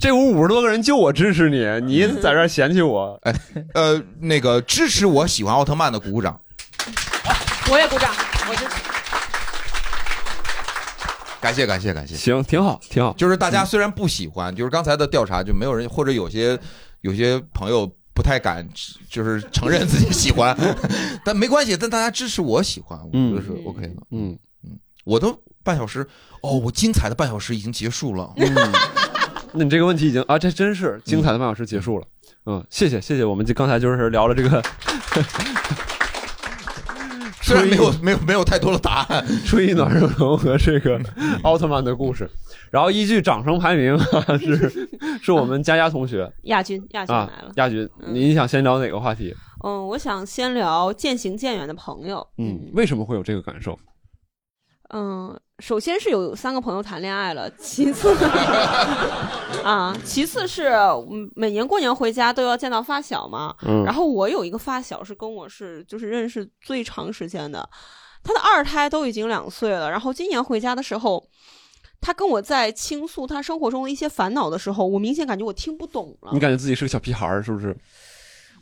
Speaker 1: 这屋五十多个人，就我支持你，你在这儿嫌弃我，
Speaker 3: 呃，那个支持我喜欢奥特曼的鼓鼓掌，
Speaker 5: 我也鼓掌，我支持。
Speaker 3: 感谢感谢感谢。
Speaker 1: 行，挺好，挺好。
Speaker 3: 就是大家虽然不喜欢，就是刚才的调查就没有人，或者有些有些朋友不太敢，就是承认自己喜 欢，但没关系，但大家支持我喜欢，我觉得是
Speaker 5: 嗯
Speaker 3: OK 的。
Speaker 1: 嗯，
Speaker 3: 我都半小时，哦，我精彩的半小时已经结束了。
Speaker 1: 嗯那你这个问题已经啊，这真
Speaker 3: 嗯
Speaker 1: 是精彩的半小时结束了。嗯，谢谢谢谢，我们就刚才就是聊了这个。
Speaker 3: 虽然没有没有没有太多的答 案，嗯
Speaker 1: 春意暖融融和这个 奥特曼的故事，然后依据掌声排名、啊、是是我们佳佳同学
Speaker 5: 亚军，亚军
Speaker 1: 啊
Speaker 5: 来了。
Speaker 1: 亚军，您想先聊哪个话题？
Speaker 5: 嗯，我想先聊渐行渐远的朋友。
Speaker 1: 嗯，为什么会有这个感受？
Speaker 5: 嗯，首先是有三个朋友谈恋爱了，其次啊，其次是嗯每年过年回家都要见到发小嘛。
Speaker 10: 嗯
Speaker 5: 然后我有一个发小是跟我是就是认识最长时间的，他的二胎都已经两岁了，然后今年回家的时候。他跟我在倾诉他生活中的一些烦恼的时候，我明显感觉我听不懂了。
Speaker 1: 你感觉自己是个小屁孩儿，是不是？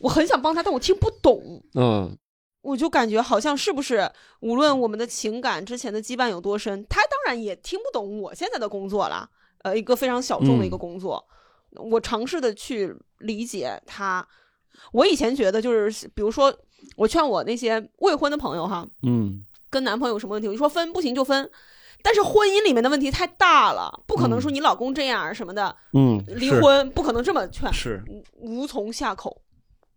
Speaker 5: 我很想帮他，但我听不懂。
Speaker 1: 嗯，
Speaker 5: 我就感觉好像是不是，无论我们的情感之前的羁绊有多深，他当然也听不懂我现在的工作啦，呃，一个非常小众的一个工作。我尝试的去理解他。我以前觉得就是，比如说，我劝我那些未婚的朋友哈，
Speaker 1: 嗯，
Speaker 5: 跟男朋友有什么问题，我就说分不行就分。但是婚姻里面的问题太大了，不可能说你老公这样什么的，
Speaker 1: 嗯
Speaker 5: 离
Speaker 1: 是
Speaker 5: 婚不可能这么劝，
Speaker 1: 是
Speaker 5: 无无从下口，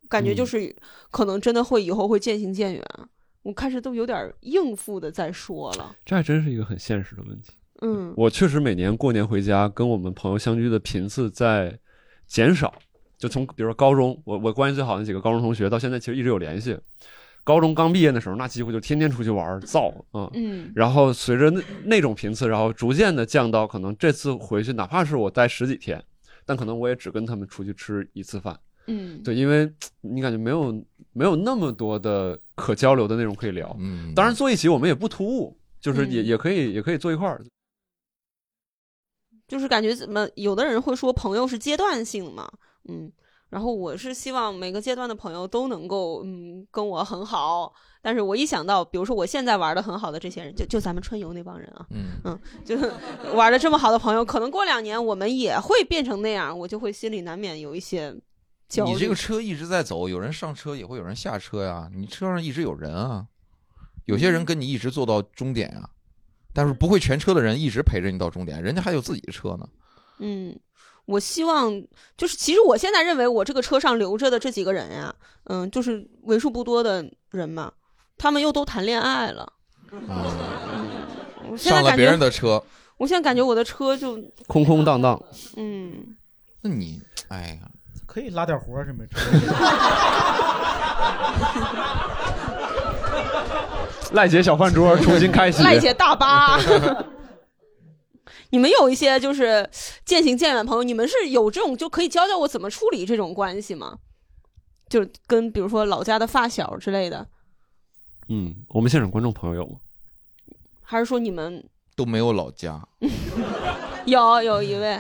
Speaker 5: 感
Speaker 3: 嗯
Speaker 5: 觉就是可能真的会以后会渐行渐远。我开始都有点应付的在说了，
Speaker 1: 这还真是一个很现实的问题。
Speaker 5: 嗯
Speaker 1: 我确实每年过年回家跟我们朋友相聚的频次在减少，就从比如说高中，我我关系最好的那几个高中同学到现在其实一直有联系。高中刚毕业的时候，那几乎就天天出去玩儿造啊，
Speaker 5: 嗯
Speaker 1: 然后随着那那种频次，然后逐渐的降到可能这次回去哪怕是我待十几天，但可能我也只跟他们出去吃一次饭，
Speaker 5: 嗯
Speaker 1: 对，因为你感觉没有没有那么多的可交流的内容可以聊。
Speaker 3: 嗯，
Speaker 1: 当然坐一起我们也不突兀，就是也、
Speaker 5: 嗯
Speaker 1: 也可以也可以坐一块儿。
Speaker 5: 就是感觉怎么有的人会说朋友是阶段性嘛，嗯，然后我是希望每个阶段的朋友都能够嗯跟我很好，但是我一想到，比如说我现在玩的很好的这些人，就就咱们春游那帮人啊，
Speaker 3: 嗯
Speaker 5: 嗯，就是玩的这么好的朋友，可能过两年我们也会变成那样，我就会心里难免有一些焦虑。
Speaker 3: 你这个车一直在走，有人上车也会有人下车呀，你车上一直有人
Speaker 5: 嗯
Speaker 3: 啊，有些人跟你一直坐到终点啊，但是不会全车的人一直陪着你到终点，人家还有自己的车呢。
Speaker 5: 嗯，我希望就是，其实我现在认为我这个车上留着的这几个人呀、嗯，就是为数不多的人嘛，他们又都谈恋爱了。嗯，我现在
Speaker 3: 上了
Speaker 5: 感
Speaker 3: 别
Speaker 5: 觉
Speaker 3: 人，的车，
Speaker 5: 我现在感觉我的车就，
Speaker 1: 空空荡荡，
Speaker 5: 嗯，
Speaker 3: 那你，哎呀，
Speaker 2: 可以拉点活儿是没错。
Speaker 1: 赖姐小饭桌重新开启。
Speaker 5: 赖 姐大巴。你们有一些就是渐行渐远的朋友，你们是有这种就可以教教我怎么处理这种关系吗？就是跟比如说老家的发小之类的，
Speaker 1: 嗯，我们现场观众朋友有吗？
Speaker 5: 还是说你们
Speaker 3: 都没有老家，
Speaker 5: 有有一位？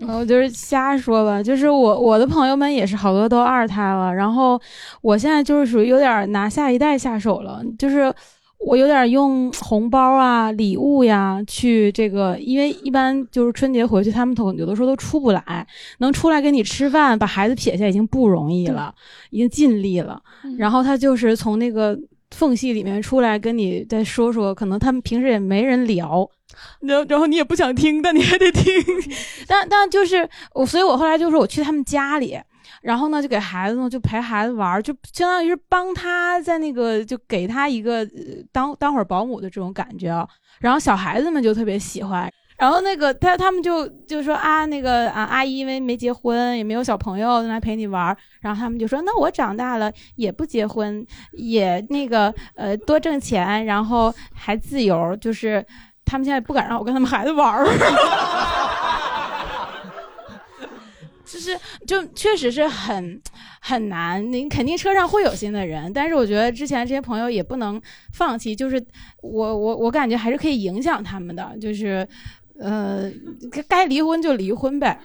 Speaker 6: 嗯，我就是瞎说吧，就是我我的朋友们也是好多都二胎了，然后我现在就是属于有点拿下一代下手了，就是我有点用红包啊、礼物呀去这个，因为一般就是春节回去，他们都有的时候都出不来，能出来跟你吃饭，把孩子撇下已经不容易了，已经尽力了，然后他就是从那个缝隙里面出来跟你再说说，可能他们平时也没人聊。然后然后你也不想听，但你还得听。但但就是我，所以我后来就是我去他们家里，然后呢就给孩子呢就陪孩子玩儿，就相当于是帮他在那个就给他一个呃当当会儿保姆的这种感觉啊。然后小孩子们就特别喜欢。然后那个他他们就就说啊那个啊阿姨因为没结婚也没有小朋友来陪你玩儿，然后他们就说那我长大了也不结婚也那个呃多挣钱，然后还自由，就是他们现在不敢让我跟他们孩子玩儿。就是就确实是很很难，你肯定车上会有新的人，但是我觉得之前这些朋友也不能放弃，就是我我我感觉还是可以影响他们的，就是呃该该离婚就离婚呗。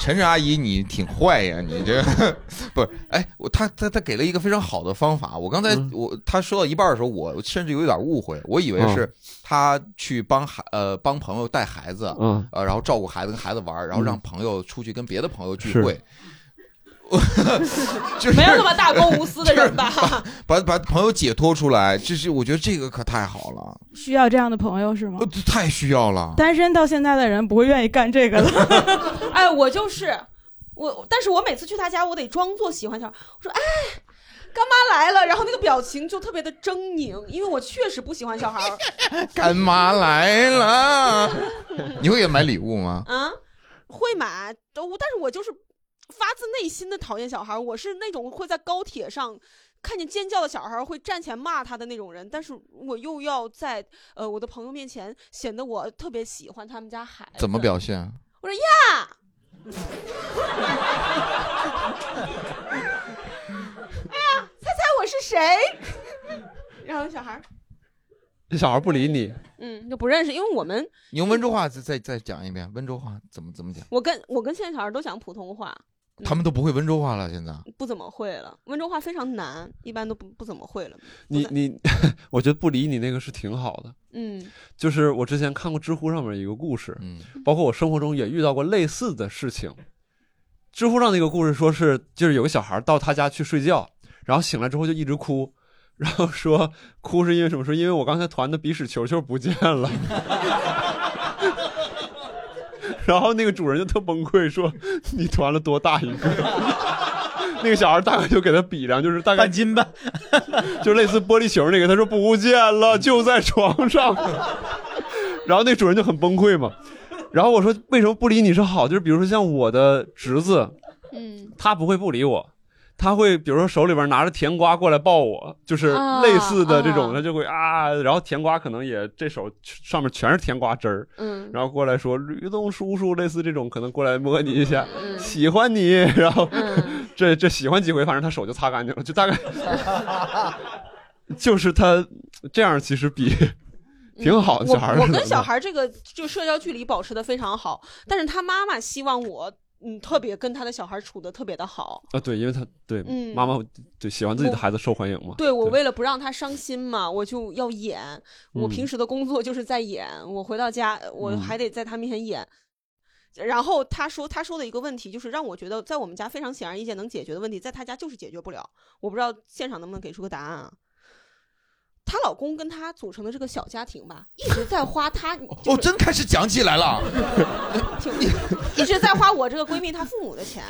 Speaker 3: 晨晨阿姨，你挺坏呀，你这 不是？哎，我他他他给了一个非常好的方法。我刚才
Speaker 1: 嗯
Speaker 3: 我他说到一半的时候，我甚至有一点误会，我以为是
Speaker 1: 嗯
Speaker 3: 他去帮孩呃帮朋友带孩子，
Speaker 1: 嗯
Speaker 3: 呃，然后照顾孩子跟孩子玩儿，然后让
Speaker 1: 嗯
Speaker 3: 朋友出去跟别的朋友聚
Speaker 1: 是
Speaker 3: 会。 就是
Speaker 5: 没有那么大公无私的 人吧？
Speaker 3: 把把朋友解脱出来，这是我觉得这个可太好了，
Speaker 6: 需要这样的朋友是吗？
Speaker 3: 太需要 了。
Speaker 6: 单身到现在的人不会愿意干这个的。
Speaker 5: 哎，我就是我，但是我每次去他家，我得装作喜欢他。我说，哎，干妈来了，然后那个表情就特别的狰狞，因为我确实不喜欢小孩儿
Speaker 3: 干妈来了， 你会给买礼物吗？
Speaker 5: 啊，会买，都但是我就是发自内心的讨厌小孩儿，我是那种会在高铁上。看见尖叫的小孩儿会站起来骂他的那种人，但是我又要在呃我的朋友面前显得我特别喜欢他们家孩子。
Speaker 3: 怎么表现？
Speaker 5: 我说呀，哎呀，猜猜我是谁？ 然后小孩儿，
Speaker 1: 这小孩不理你，
Speaker 5: 嗯，就不认识，因为我们
Speaker 3: 你用温州话再再再讲一遍，温州话怎么怎么讲？
Speaker 5: 我跟我跟现在小孩都讲普通话，
Speaker 3: 他们都不会温州话了，现在
Speaker 5: 不怎么会了。温州话非常难，一般都不不怎么会了。
Speaker 1: 你你，我觉得不理你那个是挺好的。
Speaker 5: 嗯，
Speaker 1: 就是我之前看过知乎上面一个故事，
Speaker 3: 嗯，
Speaker 1: 包括我生活中也遇到过类似的事情。知乎上那个故事说是，就是有个小孩到他家去睡觉，然后醒来之后就一直哭，然后说哭是因为什么？说因为我刚才团的鼻屎球球不见了。 然后那个主人就特崩溃，说 你团了多大一个？ 那个小孩大概就给他比量，就是大概半
Speaker 2: 斤吧，
Speaker 1: 就类似玻璃球那个。他说不见 了，就在床上。然后那主人就很崩溃嘛。然后我说为什么不理你是好？就是比如说像我的侄子，
Speaker 5: 嗯，
Speaker 1: 他不会不理我，他会比如说手里边拿着甜瓜过来抱我，就是
Speaker 5: 啊
Speaker 1: 类似的这种，他就会啊，然后甜瓜可能也这手上面全是甜瓜汁儿，
Speaker 5: 嗯
Speaker 1: 然后过来说吕东叔叔，类似这种可能过来摸你一下，
Speaker 5: 嗯
Speaker 1: 喜欢你，然 后、这这喜欢几回，反正他手就擦干净了，就大概 就是他这样其实比 挺好的小孩儿
Speaker 5: 嗯我我
Speaker 1: 是
Speaker 5: 跟
Speaker 1: 怎么
Speaker 5: 小
Speaker 1: 样
Speaker 5: 孩这个就社交距离保持的非常好，但是他妈妈希望我嗯特别跟他的小孩处的特别的好。
Speaker 1: 啊，对，因为他对、
Speaker 5: 嗯
Speaker 1: 妈妈就喜欢自己的
Speaker 5: 我
Speaker 1: 孩子受欢迎嘛。
Speaker 5: 对我为了不让他伤心嘛，我就要演。我
Speaker 1: 嗯
Speaker 5: 平时的工作就是在演，我回到家我
Speaker 1: 嗯
Speaker 5: 还得在他面前演。然后他说他说的一个问题就是让我觉得在我们家非常显而易见能解决的问题，在他家就是解决不了。我不知道现场能不能给出个答案啊。她老公跟她组成的这个小家庭吧，一直在花她，
Speaker 3: 哦，真开始讲起来了。
Speaker 5: 一直在花我这个闺蜜她父母的钱，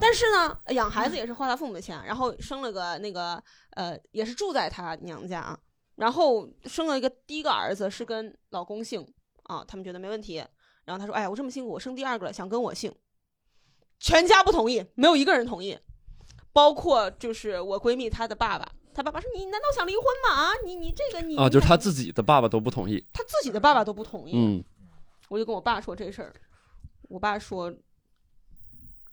Speaker 5: 但是呢，养孩子也是花她父母的钱，然后生了个那个呃，也是住在她娘家啊，然后生了一个第一个儿子是跟老公姓啊，他们觉得没问题，然后她说，哎呀，我这么辛苦，我生第二个了，想跟我姓，全家不同意，没有一个人同意，包括就是我闺蜜她的爸爸，她爸爸说，你难道想离婚吗？啊，你你这个你
Speaker 1: 啊，就是他自己的爸爸都不同意。
Speaker 5: 她自己的爸爸都不同意，
Speaker 1: 嗯，
Speaker 5: 我就跟我爸说这事儿，我爸说，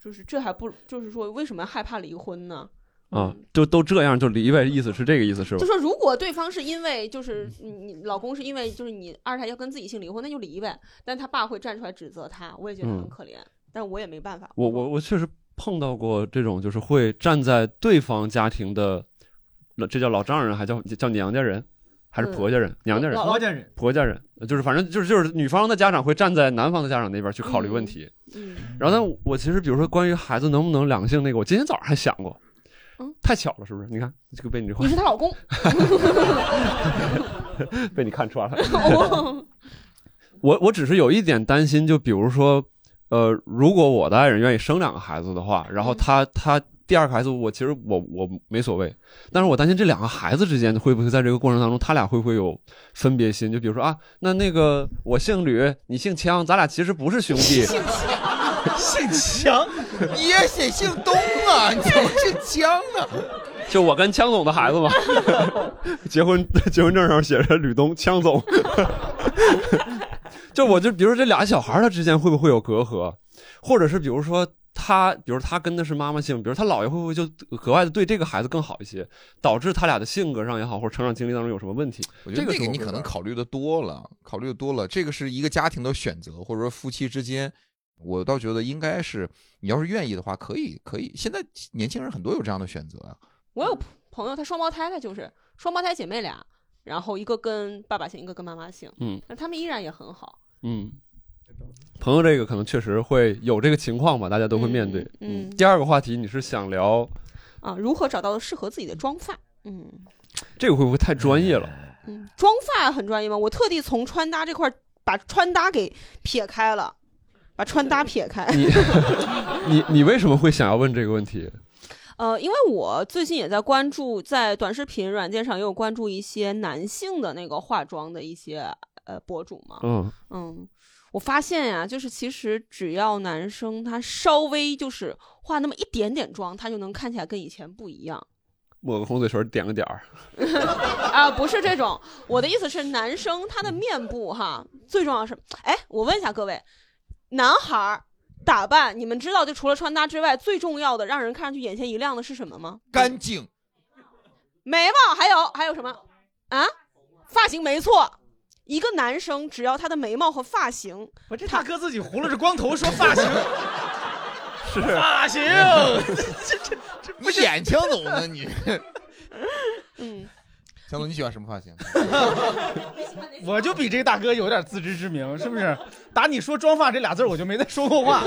Speaker 5: 就是这还不就是说为什么害怕离婚呢？
Speaker 1: 啊，就都这样就离呗，意思是这个意思是吧
Speaker 5: 嗯
Speaker 1: 嗯
Speaker 5: 就？说如果对方是因为就是你你老公是因为就是你二胎要跟自己姓离婚，那就离呗。但他爸会站出来指责他，我也觉得很
Speaker 1: 嗯
Speaker 5: 可怜，但是我也没办法。
Speaker 1: 我我我确实碰到过这种，就是会站在对方家庭的，那这叫老丈人，还叫叫娘家人，还是
Speaker 5: 嗯
Speaker 1: 婆家人？娘家人，
Speaker 5: 老婆家人，
Speaker 1: 婆家人，就是反正就是就是女方的家长会站在男方的家长那边去考虑问题。
Speaker 5: 嗯
Speaker 1: 然后呢，我其实比如说关于孩子能不能两性那个，我今天早上还想过
Speaker 5: 嗯，
Speaker 1: 太巧了，是不是？你看这个被你这话
Speaker 5: 你是她老公，
Speaker 1: 被你看 穿了。我我只是有一点担心，就比如说，呃，如果我的爱人愿意生两个孩子的话，然后他他第二个孩子，我其实我我没所谓，但是我担心这两个孩子之间会不会在这个过程当中，他俩会不会有分别心？就比如说啊，那那个我姓吕，你姓枪，咱俩其实不是兄弟。
Speaker 2: 姓强，
Speaker 3: 你也写姓东啊？你怎么姓江呢？
Speaker 1: 就我跟枪总的孩子嘛，结婚 结婚证上写着吕东枪总， 就我就比如说这俩小孩儿他之间会不会有隔阂，或者是比如说他，比如他跟的是妈妈姓，比如他姥爷会不会就格外的对这个孩子更好一些，导致他俩的性格上也好，或者成长经历当中有什么问题？
Speaker 3: 我觉得
Speaker 1: 这
Speaker 3: 这
Speaker 1: 是
Speaker 3: 个
Speaker 1: 我
Speaker 3: 你
Speaker 1: 会
Speaker 3: 可能
Speaker 1: 玩儿
Speaker 3: 考虑的多了，考虑的多了。这个是一个家庭的选择，或者说夫妻之间，我倒觉得应该是，你要是愿意的话，可以，可以。现在年轻人很多有这样的选择啊。
Speaker 5: 我有朋友，她双胞胎，她就是双胞胎姐妹俩，然后一个跟爸爸姓，一个跟妈妈姓，
Speaker 1: 嗯
Speaker 5: 那他们依然也很好。
Speaker 1: 嗯，朋友这个可能确实会有这个情况吧，大家都会面对。
Speaker 5: 嗯嗯
Speaker 1: 第二个话题你是想聊
Speaker 5: 啊，如何找到适合自己的妆发？嗯。
Speaker 1: 这个会不会太专业了？
Speaker 5: 嗯，妆发很专业吗？我特地从穿搭这块儿把穿搭给撇开了，把穿搭撇开。
Speaker 1: 你你你为什么会想要问这个问题？
Speaker 5: 呃，因为我最近也在关注，在短视频软件上也有关注一些男性的那个化妆的一些呃博主嘛，
Speaker 1: 嗯
Speaker 5: 嗯，我发现呀、就是其实只要男生他稍微就是化那么一点点妆，他就能看起来跟以前不一样。
Speaker 1: 抹个红嘴唇，点个点儿，
Speaker 5: 啊、不是这种，我的意思是，男生他的面部哈，最重要是，哎，我问一下各位，男孩儿打扮，你们知道，就除了穿搭之外，最重要的让人看上去眼前一亮的是什么吗？
Speaker 3: 干净。
Speaker 5: 眉毛，还有还有什么啊？发型没错，一个男生只要他的眉毛和发型，
Speaker 2: 我这大哥自己胡了着光头说发型，
Speaker 1: 是
Speaker 2: 发 型，
Speaker 3: 你演强总呢你？
Speaker 5: 嗯，
Speaker 3: 强总你喜欢什么发型？
Speaker 2: 我就比这大哥有点自知之明，是不是？打你说妆发这俩字儿，我就没再说过话。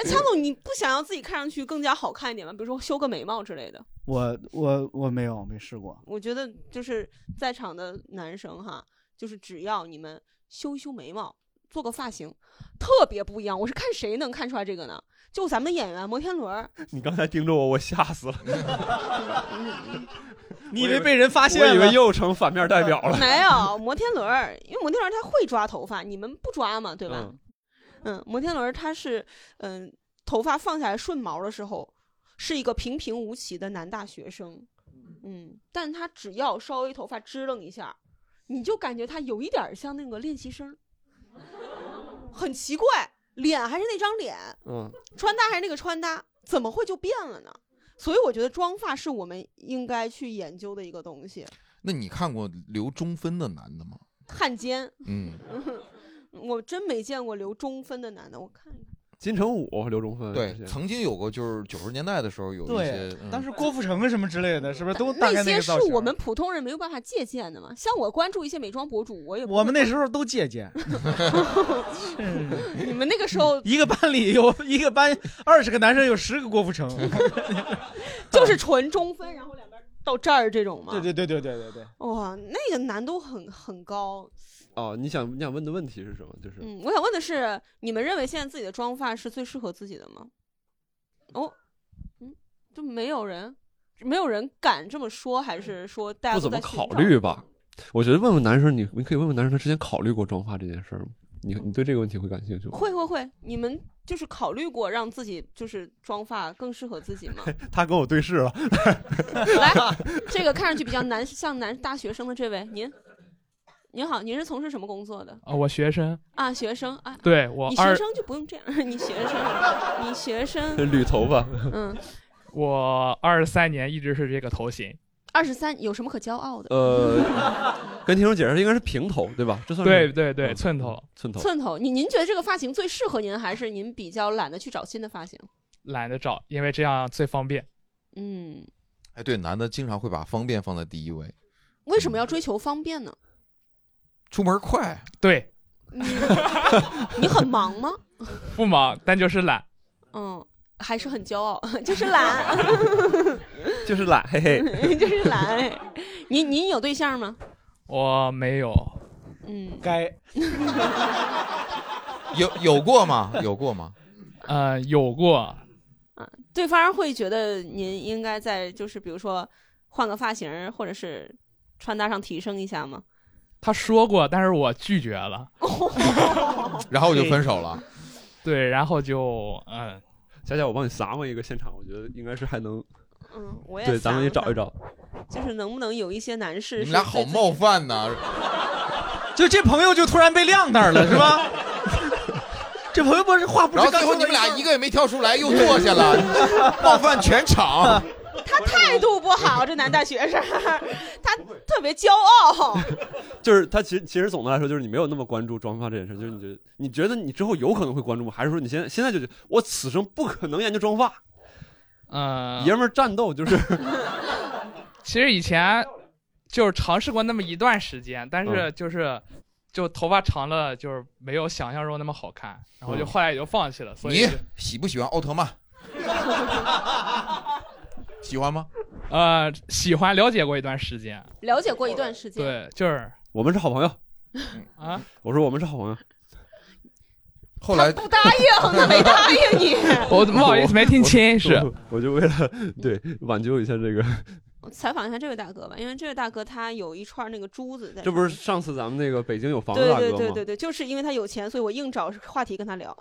Speaker 5: 那强总你不想要自己看上去更加好看一点吗？比如说修个眉毛之类的。
Speaker 2: 我我我没有没试过，
Speaker 5: 我觉得就是在场的男生哈，就是只要你们修一修眉毛，做个发型，特别不一样。我是看谁能看出来这个呢？就咱们的演员摩天轮儿，
Speaker 1: 你刚才盯着我，我吓死了。
Speaker 2: 你以为被人发现了？
Speaker 1: 我以为又成反面代表了。
Speaker 5: 没有摩天轮儿，因为摩天轮儿他会抓头发，你们不抓嘛，对吧？嗯摩天轮儿它是嗯、头发放下来顺毛的时候，是一个平平无奇的男大学生，嗯，但他只要稍微头发支棱一下，你就感觉他有一点儿像那个练习生。很奇怪，脸还是那张脸，
Speaker 1: 嗯，
Speaker 5: 穿搭还是那个穿搭，怎么会就变了呢？所以我觉得妆发是我们应该去研究的一个东西。
Speaker 3: 那你看过留中分的男的吗？
Speaker 5: 汉奸，
Speaker 3: 嗯，
Speaker 5: 我真没见过留中分的男的，我看一看。
Speaker 1: 金城武、刘中芬，
Speaker 3: 对
Speaker 1: 这，些
Speaker 3: 曾经有过，就是九十年代的时候有一
Speaker 2: 对
Speaker 3: 些，，嗯
Speaker 2: 当时郭富城什么之类的，是不是都大概那
Speaker 5: 些
Speaker 2: 个
Speaker 5: 是
Speaker 2: 造型？啊
Speaker 5: 我们普通人没有办法借鉴的嘛。像我关注一些美妆博主，我也不
Speaker 2: 我们那时候都借 鉴，
Speaker 5: 你们那个时候
Speaker 2: 一个班里有一个班二十个男生，有十个郭富 城。
Speaker 5: 就是纯中分，然后两边到这儿这种嘛。
Speaker 2: 对对对对对对对，
Speaker 5: 哇，那个难度很很高。
Speaker 1: 哦，你想你想问的问题是什么？就是
Speaker 5: 嗯，我想问的是，你们认为现在自己的妆发是最适合自己的吗？哦，嗯，就没有人，没有人敢这么说，还是说大
Speaker 1: 不
Speaker 5: 家都
Speaker 1: 怎么
Speaker 5: 在寻
Speaker 1: 考
Speaker 5: 找
Speaker 1: 虑？吧。我觉得问问男生，你你可以问问男生，他之前考虑过妆发这件事儿吗？你你对这个问题会感兴趣吗？
Speaker 5: 会会会，你们就是考虑过让自己就是妆发更适合自己 吗？
Speaker 1: 他跟我对视了，
Speaker 5: 来，这个看上去比较男像男大学生的这位，您，您好，您是从事什么工作的
Speaker 10: 啊，我学生，
Speaker 5: 啊？学生啊，
Speaker 10: 对我
Speaker 5: 你学
Speaker 10: 二
Speaker 5: 生就不用这样，你 学生，你 学生，
Speaker 1: 捋头发。
Speaker 5: 嗯，
Speaker 10: 我二十三年一直是这个头型，
Speaker 5: 二十三有什么可骄傲的？
Speaker 1: 呃，跟听众解释，应该是平头对吧？这算
Speaker 10: 对
Speaker 1: 是
Speaker 10: 对对，
Speaker 1: 嗯
Speaker 10: 寸头，
Speaker 1: 寸头。
Speaker 5: 寸头，您您觉得这个发型最适合您，还是您比较懒得去找新的发型？
Speaker 10: 懒得找，因为这样最方便。
Speaker 5: 嗯，
Speaker 3: 哎，对，男的经常会把方便放在第一位，
Speaker 5: 为什么要追求方便呢？
Speaker 3: 出门快，
Speaker 10: 对，
Speaker 5: 你很忙吗？
Speaker 10: 不忙，但就是懒。
Speaker 5: 嗯，还是很骄傲， 就是懒，
Speaker 1: 就是懒，嘿嘿。
Speaker 5: 就是懒。您您有对象吗？
Speaker 10: 我没有，
Speaker 5: 嗯，
Speaker 2: 该
Speaker 3: 有有过吗？有过吗？
Speaker 10: 呃，有过，
Speaker 5: 对方会觉得您应该在就是比如说换个发型，或者是穿搭上提升一下吗？
Speaker 10: 他说过，但是我拒绝 了。
Speaker 3: 然后就分手了。
Speaker 10: 对，然后就嗯，
Speaker 1: 佳佳，我帮你撒摸一个现场，我觉得应该是还能
Speaker 5: 嗯，我也
Speaker 1: 对，咱们也
Speaker 5: 想
Speaker 1: 找一，找。
Speaker 5: 就是能不能有一些男士
Speaker 3: 你们
Speaker 5: 是
Speaker 3: 俩
Speaker 5: 对
Speaker 3: 好
Speaker 5: 自己
Speaker 3: 冒犯呐！
Speaker 2: 就这朋友就突然被晾那儿了，是吧？ 这朋友不是话不
Speaker 3: 然
Speaker 2: 是
Speaker 3: 后
Speaker 2: 刚
Speaker 3: 最
Speaker 2: 说的
Speaker 3: 后你们俩
Speaker 2: 吗
Speaker 3: 一个也没挑出来，又坐 下了，冒犯全场。
Speaker 5: 他态度不好，这男大学生，他特别骄傲。
Speaker 1: 就是他其实其实总的来说，就是你没有那么关注妆发这件事，就是你觉得你觉得你之后有可能会关注吗？还是说你现在现在就觉得我此生不可能研究妆发？
Speaker 10: 呃，
Speaker 1: 爷们儿战斗就是
Speaker 10: 其实以前就是尝试过那么一段时间，但
Speaker 1: 嗯
Speaker 10: 是就是就头发长了，就是没有想象中那么好看，然后就
Speaker 1: 嗯
Speaker 10: 后来也就放弃了。所以
Speaker 3: 你
Speaker 10: 就
Speaker 3: 喜不喜欢奥特曼？ 喜欢吗？
Speaker 10: 呃，喜欢了解过一段时间，
Speaker 5: 了解过一段时间，
Speaker 10: 对，就是
Speaker 3: 嗯
Speaker 1: 我们是好朋友。
Speaker 10: 啊，
Speaker 1: 我说我们是好朋友，
Speaker 3: 后来
Speaker 5: 不答应呢，没答 应你。
Speaker 10: 我不好意思没听清是
Speaker 1: 我我就为了对挽救一下这个，
Speaker 5: 我采访一下这位大哥吧，因为这位大哥他有一串那个珠子在。
Speaker 1: 这不是上次咱们那个北京有房子
Speaker 5: 对
Speaker 1: 大哥
Speaker 5: 对
Speaker 1: 吗？
Speaker 5: 对对对，就是因为他有钱，所以我硬找话题跟 他聊。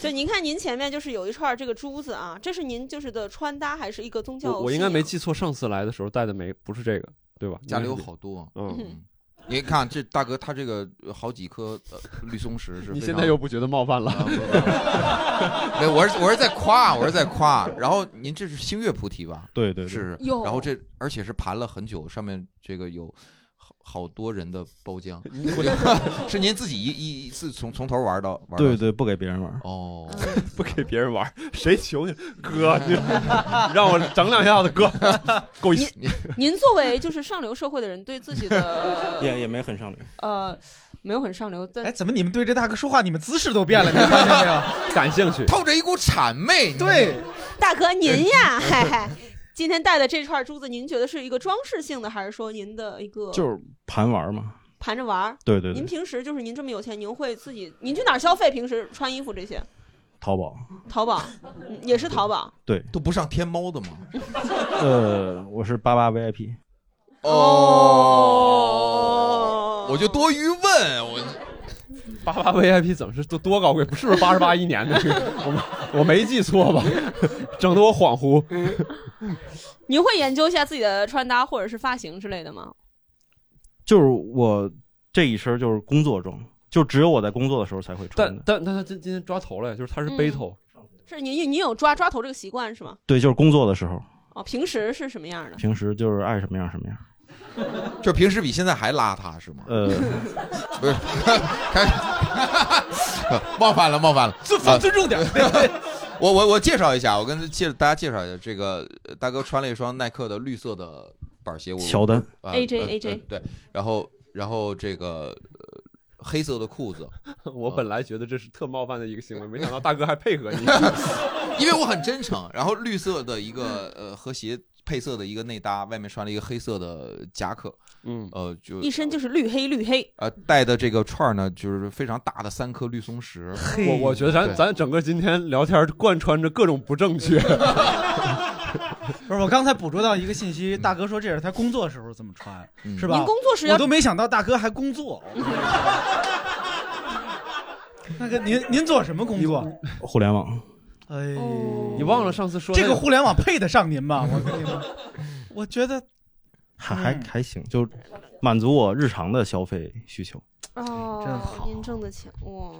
Speaker 5: 就您看，您前面就是有一串这个珠子啊，这是您就是的穿搭，还是一个宗教信
Speaker 1: 我
Speaker 5: 仰？
Speaker 1: 我应该没记错，上次来的时候带的没不是这个，对吧？
Speaker 3: 家里有
Speaker 1: 应该是
Speaker 3: 好多啊
Speaker 1: 嗯，
Speaker 5: 嗯
Speaker 3: 你看这大哥，他这个呃好几颗呃绿松石是非常。啊
Speaker 1: 你现在又不觉得冒犯了？
Speaker 3: 没有，我是我是在夸，我是在夸。然后您这是星月菩提吧？
Speaker 11: 对对对
Speaker 3: 是。是
Speaker 11: 哟
Speaker 3: 然后这而且是盘了很久，上面这个有好好多人的包浆， 是您自己一一一次从从头玩到玩到。
Speaker 11: 对对，不给别人玩。
Speaker 3: 哦，
Speaker 2: 嗯
Speaker 1: 不给别人玩，谁求你 哥，你让我整两下子， 哥，够意思。
Speaker 5: 您作为就是上流社会的人，对自己的
Speaker 11: 也也没很上流。
Speaker 5: 呃没有很上流，但
Speaker 2: 哎，怎么你们对这大哥说话，你们姿势都变了？你们发现没有？
Speaker 1: 感兴趣，
Speaker 3: 透着一股谄媚。
Speaker 2: 对，
Speaker 5: 大哥
Speaker 2: 哎
Speaker 5: 您 呀，嗨嗨，今天戴的这串珠子，您觉得是一个装饰性的，还是说您的一个
Speaker 11: 就是盘玩嘛。
Speaker 5: 盘着玩儿？
Speaker 11: 对对对
Speaker 5: 您平时就是您这么有钱，您会自己您去哪儿消费？平时穿衣服这些，
Speaker 11: 淘宝，
Speaker 5: 淘宝、嗯也是淘宝。
Speaker 11: 对，
Speaker 3: 都不上天猫的吗？
Speaker 11: 呃，我是八八 VIP，
Speaker 3: 哦，我就多余问我。
Speaker 1: 八八 VIP 怎么是多多高贵？不是不是八十八一年的？我我没记错吧？ 整得我恍惚。
Speaker 5: 您会研究一下自己的穿搭或者是发型之类的吗？
Speaker 11: 就是我这一身就是工作装，就只有我在工作的时候才会穿
Speaker 1: 但
Speaker 11: 的。
Speaker 1: 但但他今今天抓头了，就是他是
Speaker 5: 嗯
Speaker 1: 背头，
Speaker 5: 是您您有抓抓头这个习惯是吗？
Speaker 11: 对，就是工作的时候，
Speaker 5: 哦，平时是什么样的？
Speaker 11: 平时就是爱什么样什么样。
Speaker 3: 就平时比现在还邋遢是吗？
Speaker 11: 呃，
Speaker 3: 不是，开 冒犯了，冒犯了，呃
Speaker 2: 尊放尊重点。
Speaker 3: 我我我介绍一下，我跟介大家介绍一下，这个呃大哥穿了一双耐克的绿色的板鞋，我
Speaker 11: 乔丹
Speaker 3: 啊
Speaker 5: AJ
Speaker 3: 呃
Speaker 5: AJ
Speaker 3: 呃对，然后然后这个呃黑色的裤子，
Speaker 1: 我本来觉得这是特冒犯的一个行为，没想到大哥还配合你。
Speaker 3: 因为我很真诚，然后绿色的一个呃和鞋配色的一个内搭，外面穿了一个黑色的夹克，
Speaker 1: 嗯
Speaker 3: 呃就
Speaker 5: 一身就是绿黑绿黑。
Speaker 3: 呃戴的这个串儿呢，就是非常大的三颗绿松石，
Speaker 1: 我我觉得咱
Speaker 3: 对
Speaker 1: 咱整个今天聊天贯穿着各种不正确。
Speaker 2: 不是，我刚才捕捉到一个信息，大哥说这是他工作时候这么穿，
Speaker 11: 嗯
Speaker 2: 是吧？
Speaker 5: 您工作时要
Speaker 2: 我都没想到大哥还工 作。那个您您做什么工作？
Speaker 11: 互联网，
Speaker 2: 哎，
Speaker 1: 你忘了上次说
Speaker 2: 这个互联网配得上您吗？我跟你们， 我觉得
Speaker 11: 还还
Speaker 5: 嗯
Speaker 11: 还行，就满足我日常的消费需求。
Speaker 5: 哦，
Speaker 11: 真
Speaker 5: 您挣的钱哇，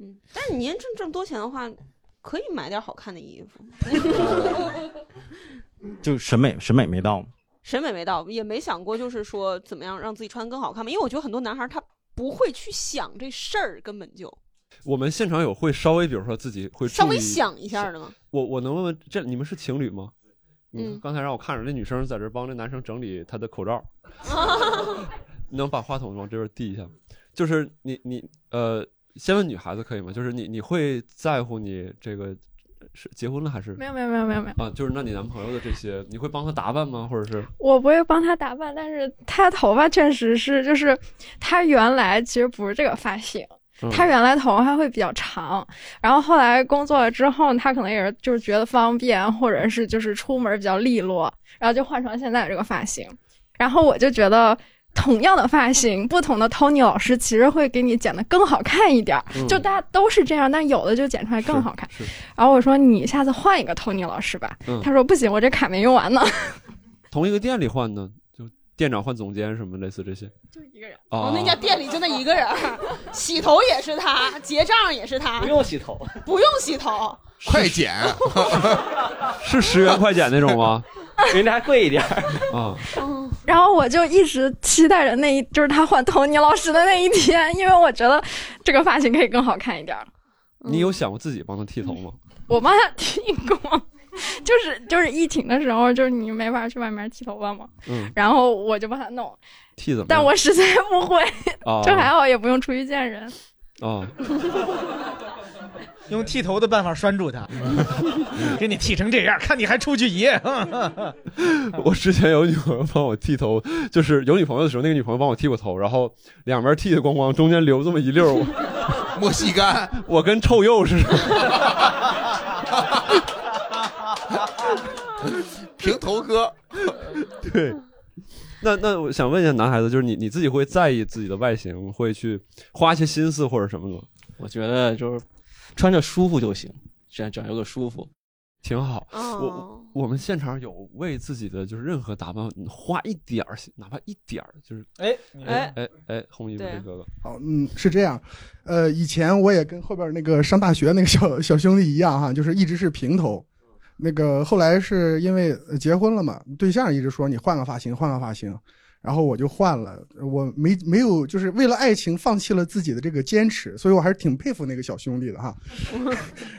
Speaker 5: 嗯，但是您挣这么多钱的话，可以买点好看的衣服。
Speaker 11: 就审美审美没到嘛，
Speaker 5: 审美没到，也没想过就是说怎么样让自己穿得更好看嘛。因为我觉得很多男孩他不会去想这事儿，根本就
Speaker 1: 我们现场有会稍微，比如说自己会注意
Speaker 5: 稍微想一下的嘛。
Speaker 1: 我我能问问这你们是情侣吗？
Speaker 5: 嗯
Speaker 1: 刚才让我看着那女生在这帮这男生整理他的口罩，能把话筒往这边递一下吗？就是你你呃，先问女孩子可以吗？就是你你会在乎你这个是结婚了还是
Speaker 8: 没有没有没有没有没有，
Speaker 1: 啊？就是那你男朋友的这些，你会帮他打扮吗？或者是
Speaker 8: 我不会帮他打扮，但是他头发确实是，就是他原来其实不是这个发型。
Speaker 1: 嗯
Speaker 8: 他原来头发会比较长，然后后来工作了之后，他可能也是就是觉得方便，或者是就是出门比较利落，然后就换成现在这个发型。然后我就觉得，同样的发型，不同的 Tony 老师其实会给你剪得更好看一点儿。
Speaker 12: 嗯
Speaker 8: 就大家都是这样，但有的就剪出来更好看。然后我说你下次换一个 Tony 老师吧，
Speaker 1: 嗯
Speaker 8: 他说不行，我这卡没用完呢。
Speaker 1: 同一个店里换呢？就店长换总监什么类似这些？就一个人啊，
Speaker 5: 哦，那家店里就那一个人儿，洗头也是他，结账也是他，不用
Speaker 11: 洗头，
Speaker 5: 不用洗头，
Speaker 3: 快剪
Speaker 1: 是十元快剪那种吗？
Speaker 11: 人家还贵一点。
Speaker 1: 啊，
Speaker 8: 然后我就一直期待着那一，就是他换 Tony 老师的那一天， 因为我觉得这个发型可以更好看一点儿。
Speaker 1: 你有想过自己帮他剃头吗？
Speaker 8: 我帮他剃过，就是就是疫情的时候，就是你没法去外面剃头发嘛，
Speaker 1: 嗯，
Speaker 8: 然后我就帮他弄，
Speaker 1: 剃怎么样？
Speaker 8: 但我实在不会，
Speaker 1: 哦
Speaker 8: 就还好也不用出去见人。
Speaker 1: 啊，
Speaker 2: 哦用剃头的办法拴 住他，给你剃成这样，看你还出去一夜。
Speaker 1: 我之前有女朋友帮我剃头，就是有女朋友的时候，那个女朋友帮我剃过头，然后两边剃的光光，中间留这么一溜儿，我
Speaker 3: 莫西干，
Speaker 1: 我跟臭鼬似的。
Speaker 3: 平头 哥，
Speaker 1: 对，那那我想问一下男孩子，就是你你自己会在意自己的外形，会去花一些心思或者什么的吗？
Speaker 12: 我觉得就是穿着舒服就行，只要只要有个舒服，
Speaker 1: 挺好。
Speaker 12: 哦
Speaker 1: 我我们现场有为自己的就是任何打扮花一点儿心，哪怕一点儿，就是
Speaker 2: 哎
Speaker 1: 哎哎哎，红衣服这
Speaker 13: 对
Speaker 1: 哥哥，
Speaker 13: 好，嗯，是这样，呃，以前我也跟后边那个上大学那个小小兄弟一样哈，就是一直是平头，那个后来是因为呃结婚了嘛，对象一直说你换个发型，换个发型，然后我就换了，我没没有就是为了爱情放弃了自己的这个坚持，所以我还是挺佩服那个小兄弟的哈。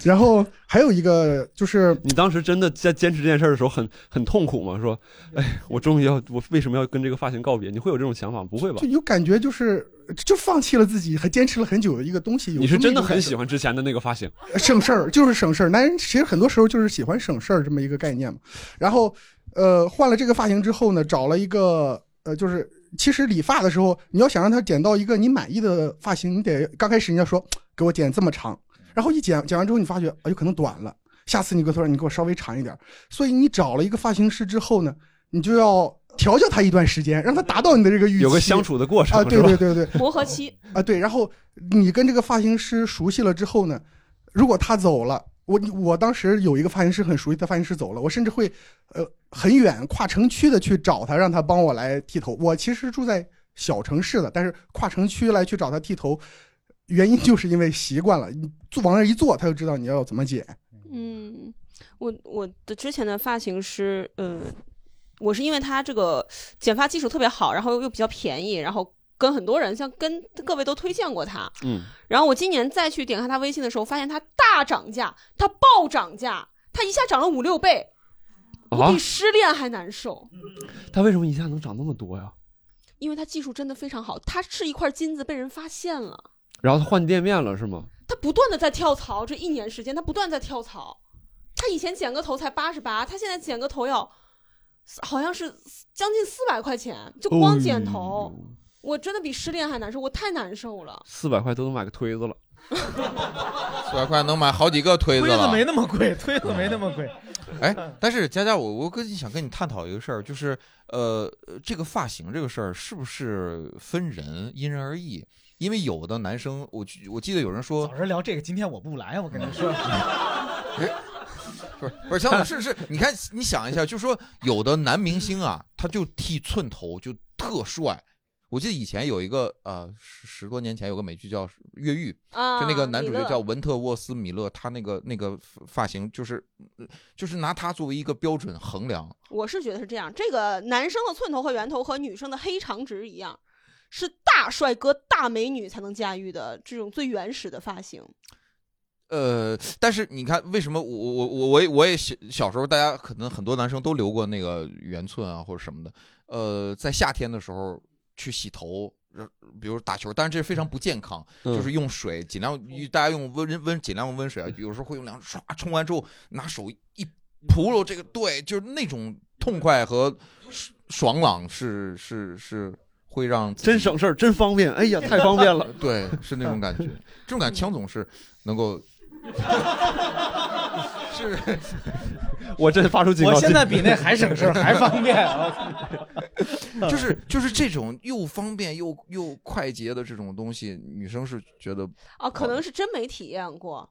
Speaker 13: 然后还有一个就是
Speaker 1: 你当时真的在坚持这件事儿的时候很很痛苦吗？说，哎，我终于要我为什么要跟这个发型告别？你会有这种想法吗？不会吧
Speaker 13: 就？有感觉就是就放弃了自己还坚持了很久的一个东西，有
Speaker 1: 你是
Speaker 13: 这么
Speaker 1: 真的
Speaker 13: 一种感
Speaker 1: 很
Speaker 13: 觉
Speaker 1: 喜欢之前的那个发型，
Speaker 13: 省事儿就是省事儿，男人其实很多时候就是喜欢省事儿这么一个概念嘛。然后，呃，换了这个发型之后呢，找了一个呃，就是其实理发的时候，你要想让他剪到一个你满意的发型，你得刚开始人家说给我剪这么长，然后一剪剪完之后，你发觉哎呦可能短了，下次你给我说你给我稍微长一点儿。所以你找了一个发型师之后呢，你就要调教他一段时间，让他达到你的这个预期，
Speaker 1: 有个相处的过程
Speaker 13: 啊，对
Speaker 1: 是吧
Speaker 13: 对对对，
Speaker 5: 磨合期。
Speaker 13: 啊，对，然后你跟这个发型师熟悉了之后呢，如果他走了，我我当时有一个发型师很熟悉的发型师走了，我甚至会呃很远跨城区的去找他，让他帮我来剃头。我其实住在小城市的，但是跨城区来去找他剃头，原因就是因为习惯了，你坐往那儿一坐，他就知道你要怎么剪。
Speaker 5: 嗯，我我的之前的发型师，嗯，我是因为他这个剪发技术特别好，然后又比较便宜，然后跟很多人像跟各位都推荐过他。
Speaker 1: 嗯，
Speaker 5: 然后我今年再去点开他微信的时候，发现他大涨价，他暴涨价，他一下涨了五六倍，
Speaker 1: 啊
Speaker 5: 比，失恋还难受，
Speaker 1: 他为什么一下能长那么多呀？
Speaker 5: 因为他技术真的非常好，他是一块金子被人发现了，
Speaker 1: 然后他换店面了是吗？
Speaker 5: 他不断的在跳槽，这一年时间他不断地在跳槽，他以前剪个头才八十八，他现在剪个头要好像是将近四百块钱，就光剪头，我真的比失恋还难受，我太难受了。
Speaker 1: 四百块都能买个推子了，
Speaker 3: 四百块能买好几个推子了。
Speaker 2: 那么贵，推子没那么贵。
Speaker 3: 哎，但是佳佳，我我跟想跟你探讨一个事儿，就是呃，这个发型这个事儿是不是分人，因人而异？因为有的男生，我记我记得有人说，
Speaker 2: 早知道聊这个，今天 我不来，我跟你说。
Speaker 3: 哎不是不是，像是是，你看你想一下，就说有的男明星啊，他就剃寸头就特帅。我记得以前有一个呃十十多年前有个美剧叫《越狱》，
Speaker 14: 啊
Speaker 3: 就那个男主
Speaker 14: 米
Speaker 3: 角
Speaker 14: 勒
Speaker 3: 叫文特沃斯·米勒，他那个那个发型就是就是拿他作为一个标准衡量，
Speaker 5: 我是觉得是这样，这个男生的寸头和圆头和女生的黑长直一样，是大帅哥、大美女才能驾驭的这种最原始的发型。
Speaker 3: 呃，但是你看，为什么我我我我也我也小小时候，大家可能很多男生都留过那个圆寸啊或者什么的。呃，在夏天的时候去洗头，呃比如打球，但是这是非常不健康，
Speaker 1: 嗯
Speaker 3: 就是用水尽量，大家用温温尽量用温水啊，有时候会用凉水唰冲完之后拿手一扑噜，这个对，就是那种痛快和爽爽朗是是是会让真
Speaker 1: 省事儿，真方便，哎呀太方便了
Speaker 3: 对，是那种感觉，这种感 觉，枪总是能够。是，
Speaker 1: 我这发出警告信。
Speaker 2: 我现在比那还省事儿还方便啊
Speaker 3: 就是就是这种又方便又又快捷的这种东西，女生是觉得
Speaker 5: 啊，可能是真没体验过。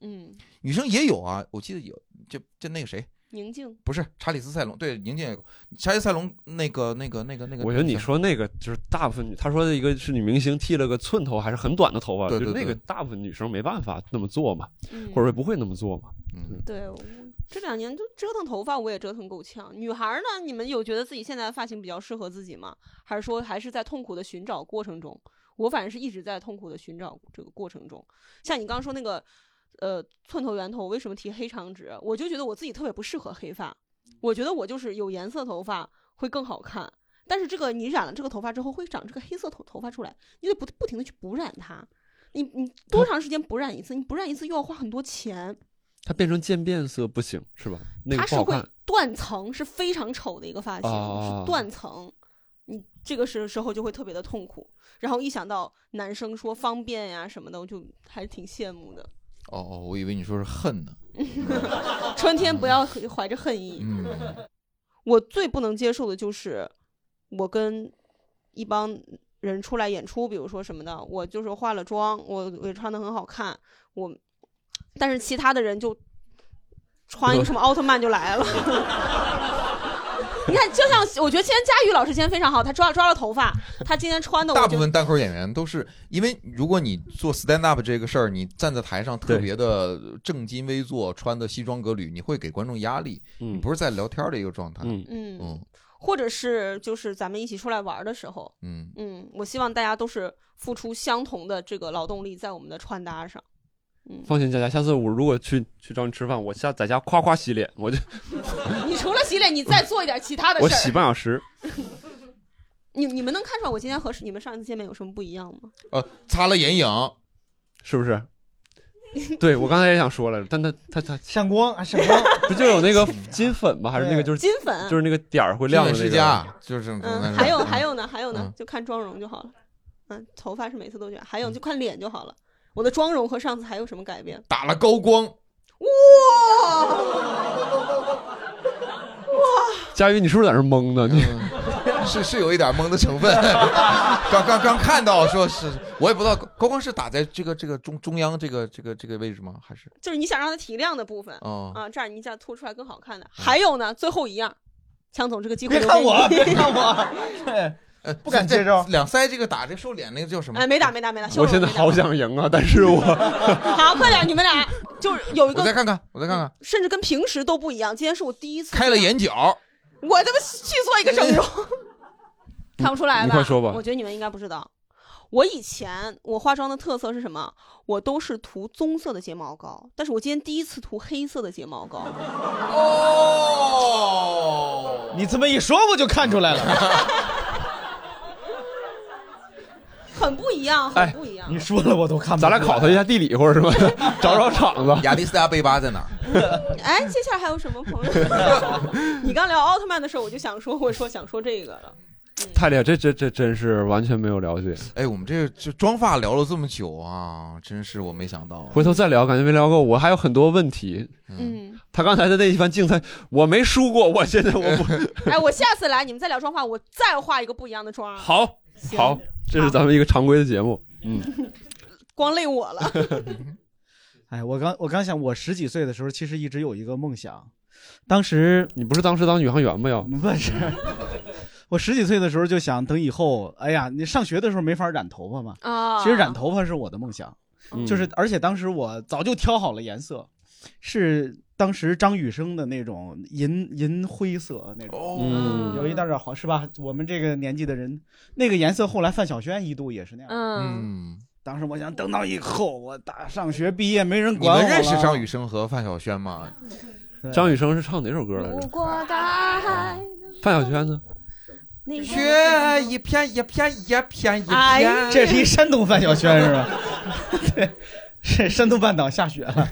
Speaker 5: 嗯，
Speaker 3: 女生也有啊，我记得有，就就那个谁，
Speaker 5: 宁静
Speaker 3: 不是查理斯塞隆，对，宁静也有，查理斯塞隆那个那个那个那个，
Speaker 1: 我觉得你说那个就是大部分女，她说的一个是女明星剃了个寸头，还是很短的头发，
Speaker 3: 对对
Speaker 1: 就是那个
Speaker 3: 对
Speaker 1: 大部分女生没办法那么做嘛，
Speaker 5: 嗯
Speaker 1: 或者说不会那么做嘛。
Speaker 3: 嗯，
Speaker 5: 对，我这两年就折腾头发，我也折腾够呛。女孩儿呢，你们有觉得自己现在的发型比较适合自己吗？还是说还是在痛苦的寻找过程中？我反正是一直在痛苦的寻找这个过程中。像你刚刚说那个，呃，寸头圆头，为什么提黑长直？我就觉得我自己特别不适合黑发，我觉得我就是有颜色头发会更好看。但是这个你染了这个头发之后会长这个黑色头头发出来，你得不不停的去补染它。你你多长时间补染一次？你补染一次又要花很多钱。
Speaker 1: 它变成渐变色不行是吧？那个
Speaker 5: 它
Speaker 1: 不
Speaker 5: 是
Speaker 1: 好
Speaker 5: 会
Speaker 1: 看。
Speaker 5: 断层，是非常丑的一个发型，
Speaker 1: 啊
Speaker 5: 是断层。你这个时时候就会特别的痛苦。然后一想到男生说方便呀什么的，我就还是挺羡慕的。
Speaker 3: 哦哦，我以为你说是恨呢。
Speaker 5: 春天不要怀 着恨意。我最不能接受的就是我跟一帮人出来演出，比如说什么的，我就是化了妆，我我也穿的很好看，我，但是其他的人就穿一个什么奥特曼就来了。 你看，就像我觉得今天佳宇老师今天非常好，他抓抓了头发，他今天穿的我
Speaker 3: 大
Speaker 5: 就
Speaker 3: 部分单口演员都是因为，如果你做 stand up 这个事儿，你站在台上特别的正襟危坐，穿的西装革履，你会给观众压力，你不是在聊天的一个状态。嗯
Speaker 5: 嗯
Speaker 3: 嗯
Speaker 5: 或者是就是咱们一起出来玩儿的时候，
Speaker 3: 嗯
Speaker 5: 嗯，我希望大家都是付出相同的这个劳动力在我们的穿搭上。 嗯
Speaker 1: 放心，佳佳，下次我如果去去找你吃饭，我下在家夸夸洗脸，我就
Speaker 5: 你除了洗脸，你再做一点其他的事
Speaker 1: 我
Speaker 5: 儿。
Speaker 1: 洗半小时。
Speaker 5: 你你们能看出来我今天和你们上一次见面有什么不一样吗？
Speaker 3: 呃，擦了眼影，
Speaker 1: 是不是？ 对我刚才也想说来着，但他他他
Speaker 2: 闪光啊闪光，
Speaker 1: 不就有那个金粉吗？还是那个就是
Speaker 5: 金粉
Speaker 1: 就是那个点儿会亮的
Speaker 3: 金粉
Speaker 1: 那
Speaker 3: 世
Speaker 1: 个。
Speaker 3: 家就是
Speaker 5: 嗯，还有还有呢，还有呢
Speaker 1: 嗯，
Speaker 5: 就看妆容就好了。嗯，头发是每次都卷，还有就看脸就好了。我的妆容和上次还有什么改变？
Speaker 3: 打了高光。
Speaker 5: 哇！
Speaker 1: 佳宇，你是不是在那儿懵呢？你
Speaker 3: 是是有一点懵的成分，刚刚刚看到说是，我也不知道高光是打在这个这个中中央这个这个这个位置吗？还是
Speaker 5: 就是你想让它提亮的部分
Speaker 3: 哦嗯
Speaker 5: 啊，这样你一下凸出来更好看的。还有呢，最后一样，强总这个机会
Speaker 2: 别
Speaker 5: 留
Speaker 2: 看
Speaker 5: 给
Speaker 2: 我，
Speaker 5: 你
Speaker 2: 别看我， 对，
Speaker 3: 不敢接受哎两腮这个打这瘦脸那个叫 什么？
Speaker 5: 哎，没打没打 没打，羞
Speaker 1: 我
Speaker 5: 辱
Speaker 1: 现在
Speaker 5: 没打
Speaker 1: 好想赢啊，但是我
Speaker 5: 好，快点，你们俩就是有一个，
Speaker 3: 我再看看，我再看看，
Speaker 5: 甚至跟平时都不一样。今天是我第一次
Speaker 3: 开了眼角，
Speaker 5: 我他妈去做一个整 容，看不出来吧？
Speaker 3: 你快说吧
Speaker 5: 我觉得你们应该不知道。我以前我化妆的特色是什么？我都是涂棕色的睫毛膏，但是我今天第一次涂黑色的睫毛膏。
Speaker 2: 你这么一说我就看出来了，
Speaker 5: 很不一样，
Speaker 3: 哎
Speaker 5: 很不一样。
Speaker 2: 哎你说了我都看不出
Speaker 1: 咱
Speaker 2: 来
Speaker 1: 俩考他一下地理或者什么， 找找场子。
Speaker 3: 亚历斯大贝巴在哪儿？
Speaker 5: 哎，接下来还有什么 朋友？你刚聊奥特曼的时候，我就想说，我说想说这个了。
Speaker 1: 太厉害，这这这真是完全没有了解。
Speaker 3: 哎，我们这这妆发聊了这么久啊，真是我没想到。啊
Speaker 1: 回头再聊，感觉没聊够，我还有很多问题。
Speaker 5: 嗯，
Speaker 1: 他刚才的那一番竞赛，我没输过，我现在我不
Speaker 5: 哎，我下次来你们再聊妆发，我再画一个不一样的妆。
Speaker 1: 好
Speaker 5: 行
Speaker 1: 好，这是咱们一个常规的节目。嗯，
Speaker 5: 光累我了。
Speaker 2: 哎，我刚我刚想，我十几岁的时候其实一直有一个梦想，当时
Speaker 1: 你不是当时当宇航员吗？要
Speaker 2: 不是，我十几岁的时候就想等以后，哎呀，你上学的时候没法染头发嘛，
Speaker 5: 啊
Speaker 2: 其实染头发是我的梦想，
Speaker 1: 嗯
Speaker 2: 就是而且当时我早就挑好了颜色，是当时张雨生的那种银银灰色那种，
Speaker 1: 嗯
Speaker 2: 有一点点黄是吧？我们这个年纪的人，那个颜色后来范晓萱一度也是那样，
Speaker 3: 嗯，
Speaker 2: 当时我想等到以后我大上学毕业没人
Speaker 3: 你
Speaker 2: 管我
Speaker 3: 们认识
Speaker 2: 了
Speaker 3: 张雨生和范晓萱吗？
Speaker 1: 张雨生是唱哪首歌来着？
Speaker 4: 过大海，
Speaker 1: 范晓萱呢？
Speaker 4: 那
Speaker 3: 雪一片一片一片一
Speaker 4: 哎呀
Speaker 3: 片，
Speaker 2: 这是一山东范晓萱是 吧？对，是 山东半岛下雪了。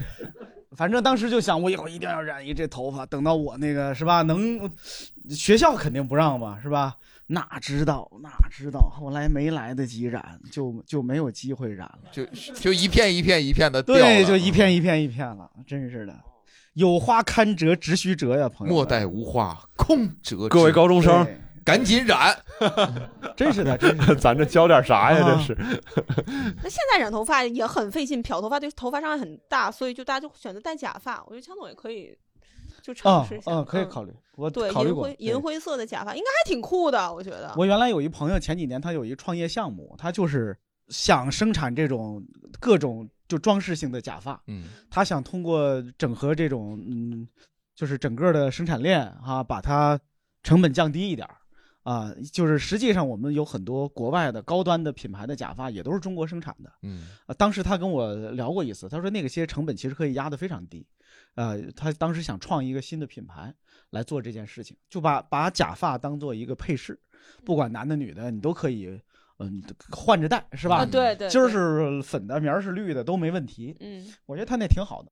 Speaker 2: 反正当时就想，我以后一定要染一这头发，等到我那个是吧，能学校肯定不让吧，是吧？哪知道哪知道，后来没来得及染，就就没有机会染了。
Speaker 3: 就就一片一片一片的掉
Speaker 2: 对，
Speaker 3: 了，嗯
Speaker 2: 就一片一片一片了，真是的。有花堪折直须折呀，朋友们。
Speaker 3: 莫待无花空折枝。
Speaker 1: 各位高中生
Speaker 2: 对，
Speaker 3: 赶紧染！
Speaker 2: 真是的，真
Speaker 1: 是 咱这教点啥呀？这
Speaker 2: 啊
Speaker 1: 是。
Speaker 5: 那现在染头发也很费劲，漂头发对头发伤害很大，所以就大家就选择戴假发。我觉得强总也可以就尝
Speaker 2: 啊
Speaker 5: 试一下，嗯
Speaker 2: 啊，可以考虑。我
Speaker 5: 对
Speaker 2: 考虑
Speaker 5: 银
Speaker 2: 过
Speaker 5: 灰银
Speaker 2: 对
Speaker 5: 灰色的假发应该还挺酷的，我觉得。
Speaker 2: 我原来有一朋友，前几年他有一创业项目，他就是想生产这种各种就装饰性的假发，
Speaker 3: 嗯，
Speaker 2: 他想通过整合这种嗯，就是整个的生产链啊，把它成本降低一点儿啊，就是实际上我们有很多国外的高端的品牌的假发也都是中国生产的，
Speaker 3: 嗯，
Speaker 2: 呃，当时他跟我聊过一次，他说那个些成本其实可以压得非常低，呃，他当时想创一个新的品牌来做这件事情，就把把假发当做一个配饰，不
Speaker 5: 嗯
Speaker 2: 管男的女的，你都可以，嗯，换着戴是吧？
Speaker 5: 啊对对
Speaker 2: 今儿
Speaker 5: 对
Speaker 2: 是粉的，明儿是绿的，都没问题。
Speaker 5: 嗯，
Speaker 2: 我觉得他那挺好的。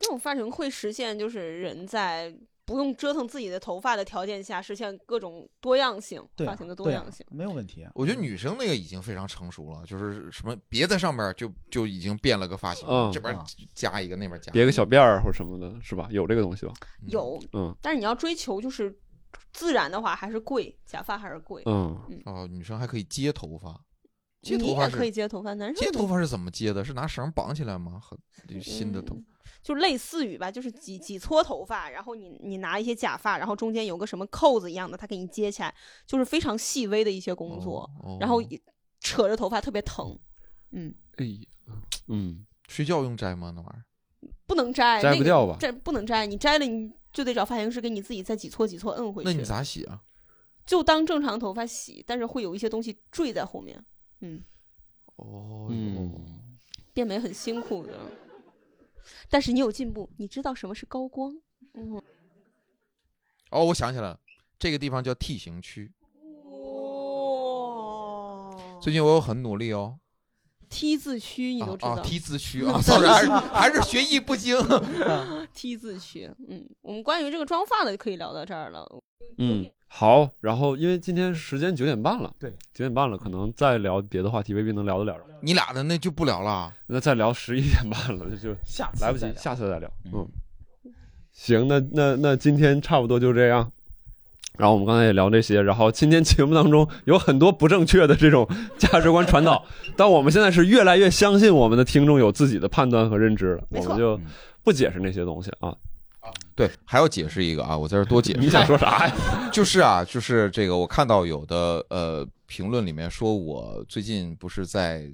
Speaker 5: 这种发型会实现就是人在不用折腾自己的头发的条件下，实现各种多样性
Speaker 3: 对啊
Speaker 5: 发型的多样性。
Speaker 2: 没有问题啊。
Speaker 3: 我觉得女生那个已经非常成熟了，就是什么别在上面就就已经变了个发型，
Speaker 1: 嗯
Speaker 3: 这边加一个，那边加一
Speaker 1: 别个小辫儿或者什么的，是吧？有这个东西吧？
Speaker 5: 有，
Speaker 1: 嗯
Speaker 5: 但是你要追求就是自然的话，还是贵，假发还是贵。
Speaker 3: 嗯哦，女生还可以接头发，接头
Speaker 5: 你
Speaker 3: 发
Speaker 5: 也
Speaker 3: 是
Speaker 5: 可以接头发，男生
Speaker 3: 接头发是怎么接的？是拿绳绑起来吗？和就新的头
Speaker 5: 嗯就类似于吧，就是几几撮头发，然后你你拿一些假发，然后中间有个什么扣子一样的，它给你接起来，就是非常细微的一些工作，
Speaker 3: 哦
Speaker 5: 然后也扯着头发特别疼，嗯，
Speaker 1: 哎呀，嗯，
Speaker 3: 睡觉用摘吗？那玩意儿？
Speaker 5: 不能摘，
Speaker 3: 摘
Speaker 5: 那
Speaker 3: 不
Speaker 5: 个
Speaker 3: 掉吧
Speaker 5: 摘不能摘，你摘了你就得找发型师给你自己再几撮几撮摁回去。
Speaker 3: 那你咋洗啊？
Speaker 5: 就当正常头发洗，但是会有一些东西坠在后面，嗯，
Speaker 3: 哦，嗯，
Speaker 5: 变美很辛苦的，但是你有进步，你知道什么是高光，嗯。
Speaker 3: 哦，我想起来了，这个地方叫 T 型区。最近我有很努力哦，
Speaker 5: T 字区你都知道、
Speaker 3: 啊，T 字 区啊，sorry，还是还是学艺不精。
Speaker 5: T 字区，嗯，我们关于这个妆发的可以聊到这儿了。
Speaker 1: 嗯，好。然后因为今天时间九点半了，
Speaker 2: 对，
Speaker 1: 九点半了，可能再聊别的话题未必能聊得了。
Speaker 3: 你俩的那就不聊了，
Speaker 1: 那再聊十一点半了，那就
Speaker 2: 下
Speaker 3: 次
Speaker 1: 来不及
Speaker 3: 再，聊
Speaker 1: 下次再聊。嗯，行，那那那今天差不多就这样。然后我们刚才也聊这些，然后今天节目当中有很多不正确的这种价值观传导，但我们现在是越来越相信我们的听众有自己的判断和认知了，我们就不解释那些东西啊。
Speaker 3: 对，还要解释一个啊，我在这儿多 解释。
Speaker 1: 你想说啥呀？
Speaker 3: 就是啊，就是这个，我看到有的呃评论里面说我最近不是在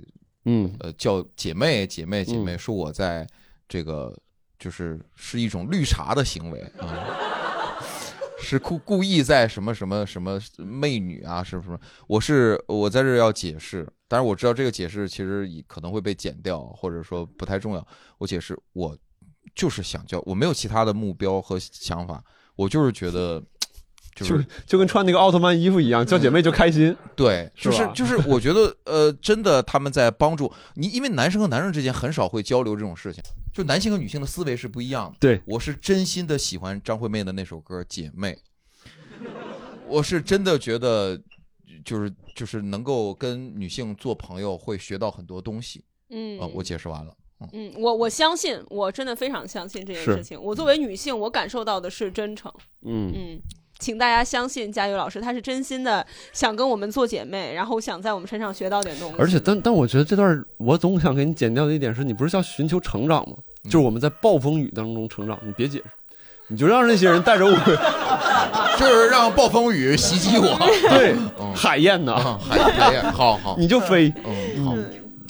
Speaker 1: 嗯
Speaker 3: 呃叫姐妹姐妹姐妹，说我在这个就是是一种绿茶的行为啊。 是故故意在什么什么什么媚女啊，什么什么？我是我在这儿要解释，但是我知道这个解释其实也可能会被剪掉，或者说不太重要。我解释，我就是想叫，我没有其他的目标和想法，我就是觉得，就
Speaker 1: 就是就跟穿那个奥特曼衣服一样，叫姐妹就开心。
Speaker 3: 对，
Speaker 1: 是
Speaker 3: 就
Speaker 1: 吧
Speaker 3: 是就是，我觉得呃，真的他们在帮助你，因为男生和男生之间很少会交流这种事情，就男性和女性的思维是不一样的。
Speaker 1: 对，
Speaker 3: 我是真心的喜欢张惠妹的那首歌《姐妹》，我是真的觉得就是就是能够跟女性做朋友，会学到很多东西。
Speaker 5: 嗯
Speaker 3: 呃我解释完了。
Speaker 5: 嗯，我我相信，我真的非常相信这件
Speaker 3: 是
Speaker 5: 事情。我作为女性，我感受到的是真诚。
Speaker 1: 嗯
Speaker 5: 嗯，请大家相信佳友老师，他是真心的想跟我们做姐妹，然后想在我们身上学到点东西。
Speaker 1: 而且，但但我觉得这段儿我总想给你剪掉的一点是，你不是要寻求成长吗？就是我们在暴风雨当中成长，你别解释，你就让那些人带着我 们，
Speaker 3: 就是让暴风雨袭击我
Speaker 1: 对，
Speaker 3: 嗯
Speaker 1: 海燕呐，
Speaker 3: 海海燕好好
Speaker 1: 你就飞，
Speaker 3: 嗯，好，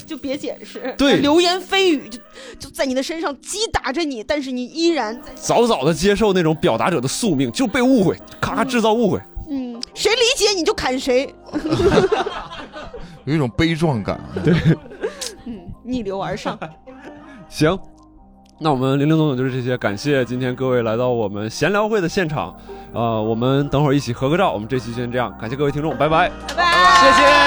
Speaker 5: 就别解释，
Speaker 1: 对
Speaker 5: 流言蜚语就就在你的身上击打着你，但是你依然在，
Speaker 1: 早早的接受那种表达者的宿命，就被误会，咔咔制造误会，
Speaker 5: 嗯，谁理解你就砍谁，
Speaker 3: 有一种悲壮感。啊
Speaker 1: 对，
Speaker 5: 嗯，逆流而上。
Speaker 1: 行，那我们零零总总就是这些，感谢今天各位来到我们闲聊会的现场，呃，我们等会儿一起合个照，我们这期先这样，感谢各位听众，拜拜，
Speaker 5: 拜拜，谢谢。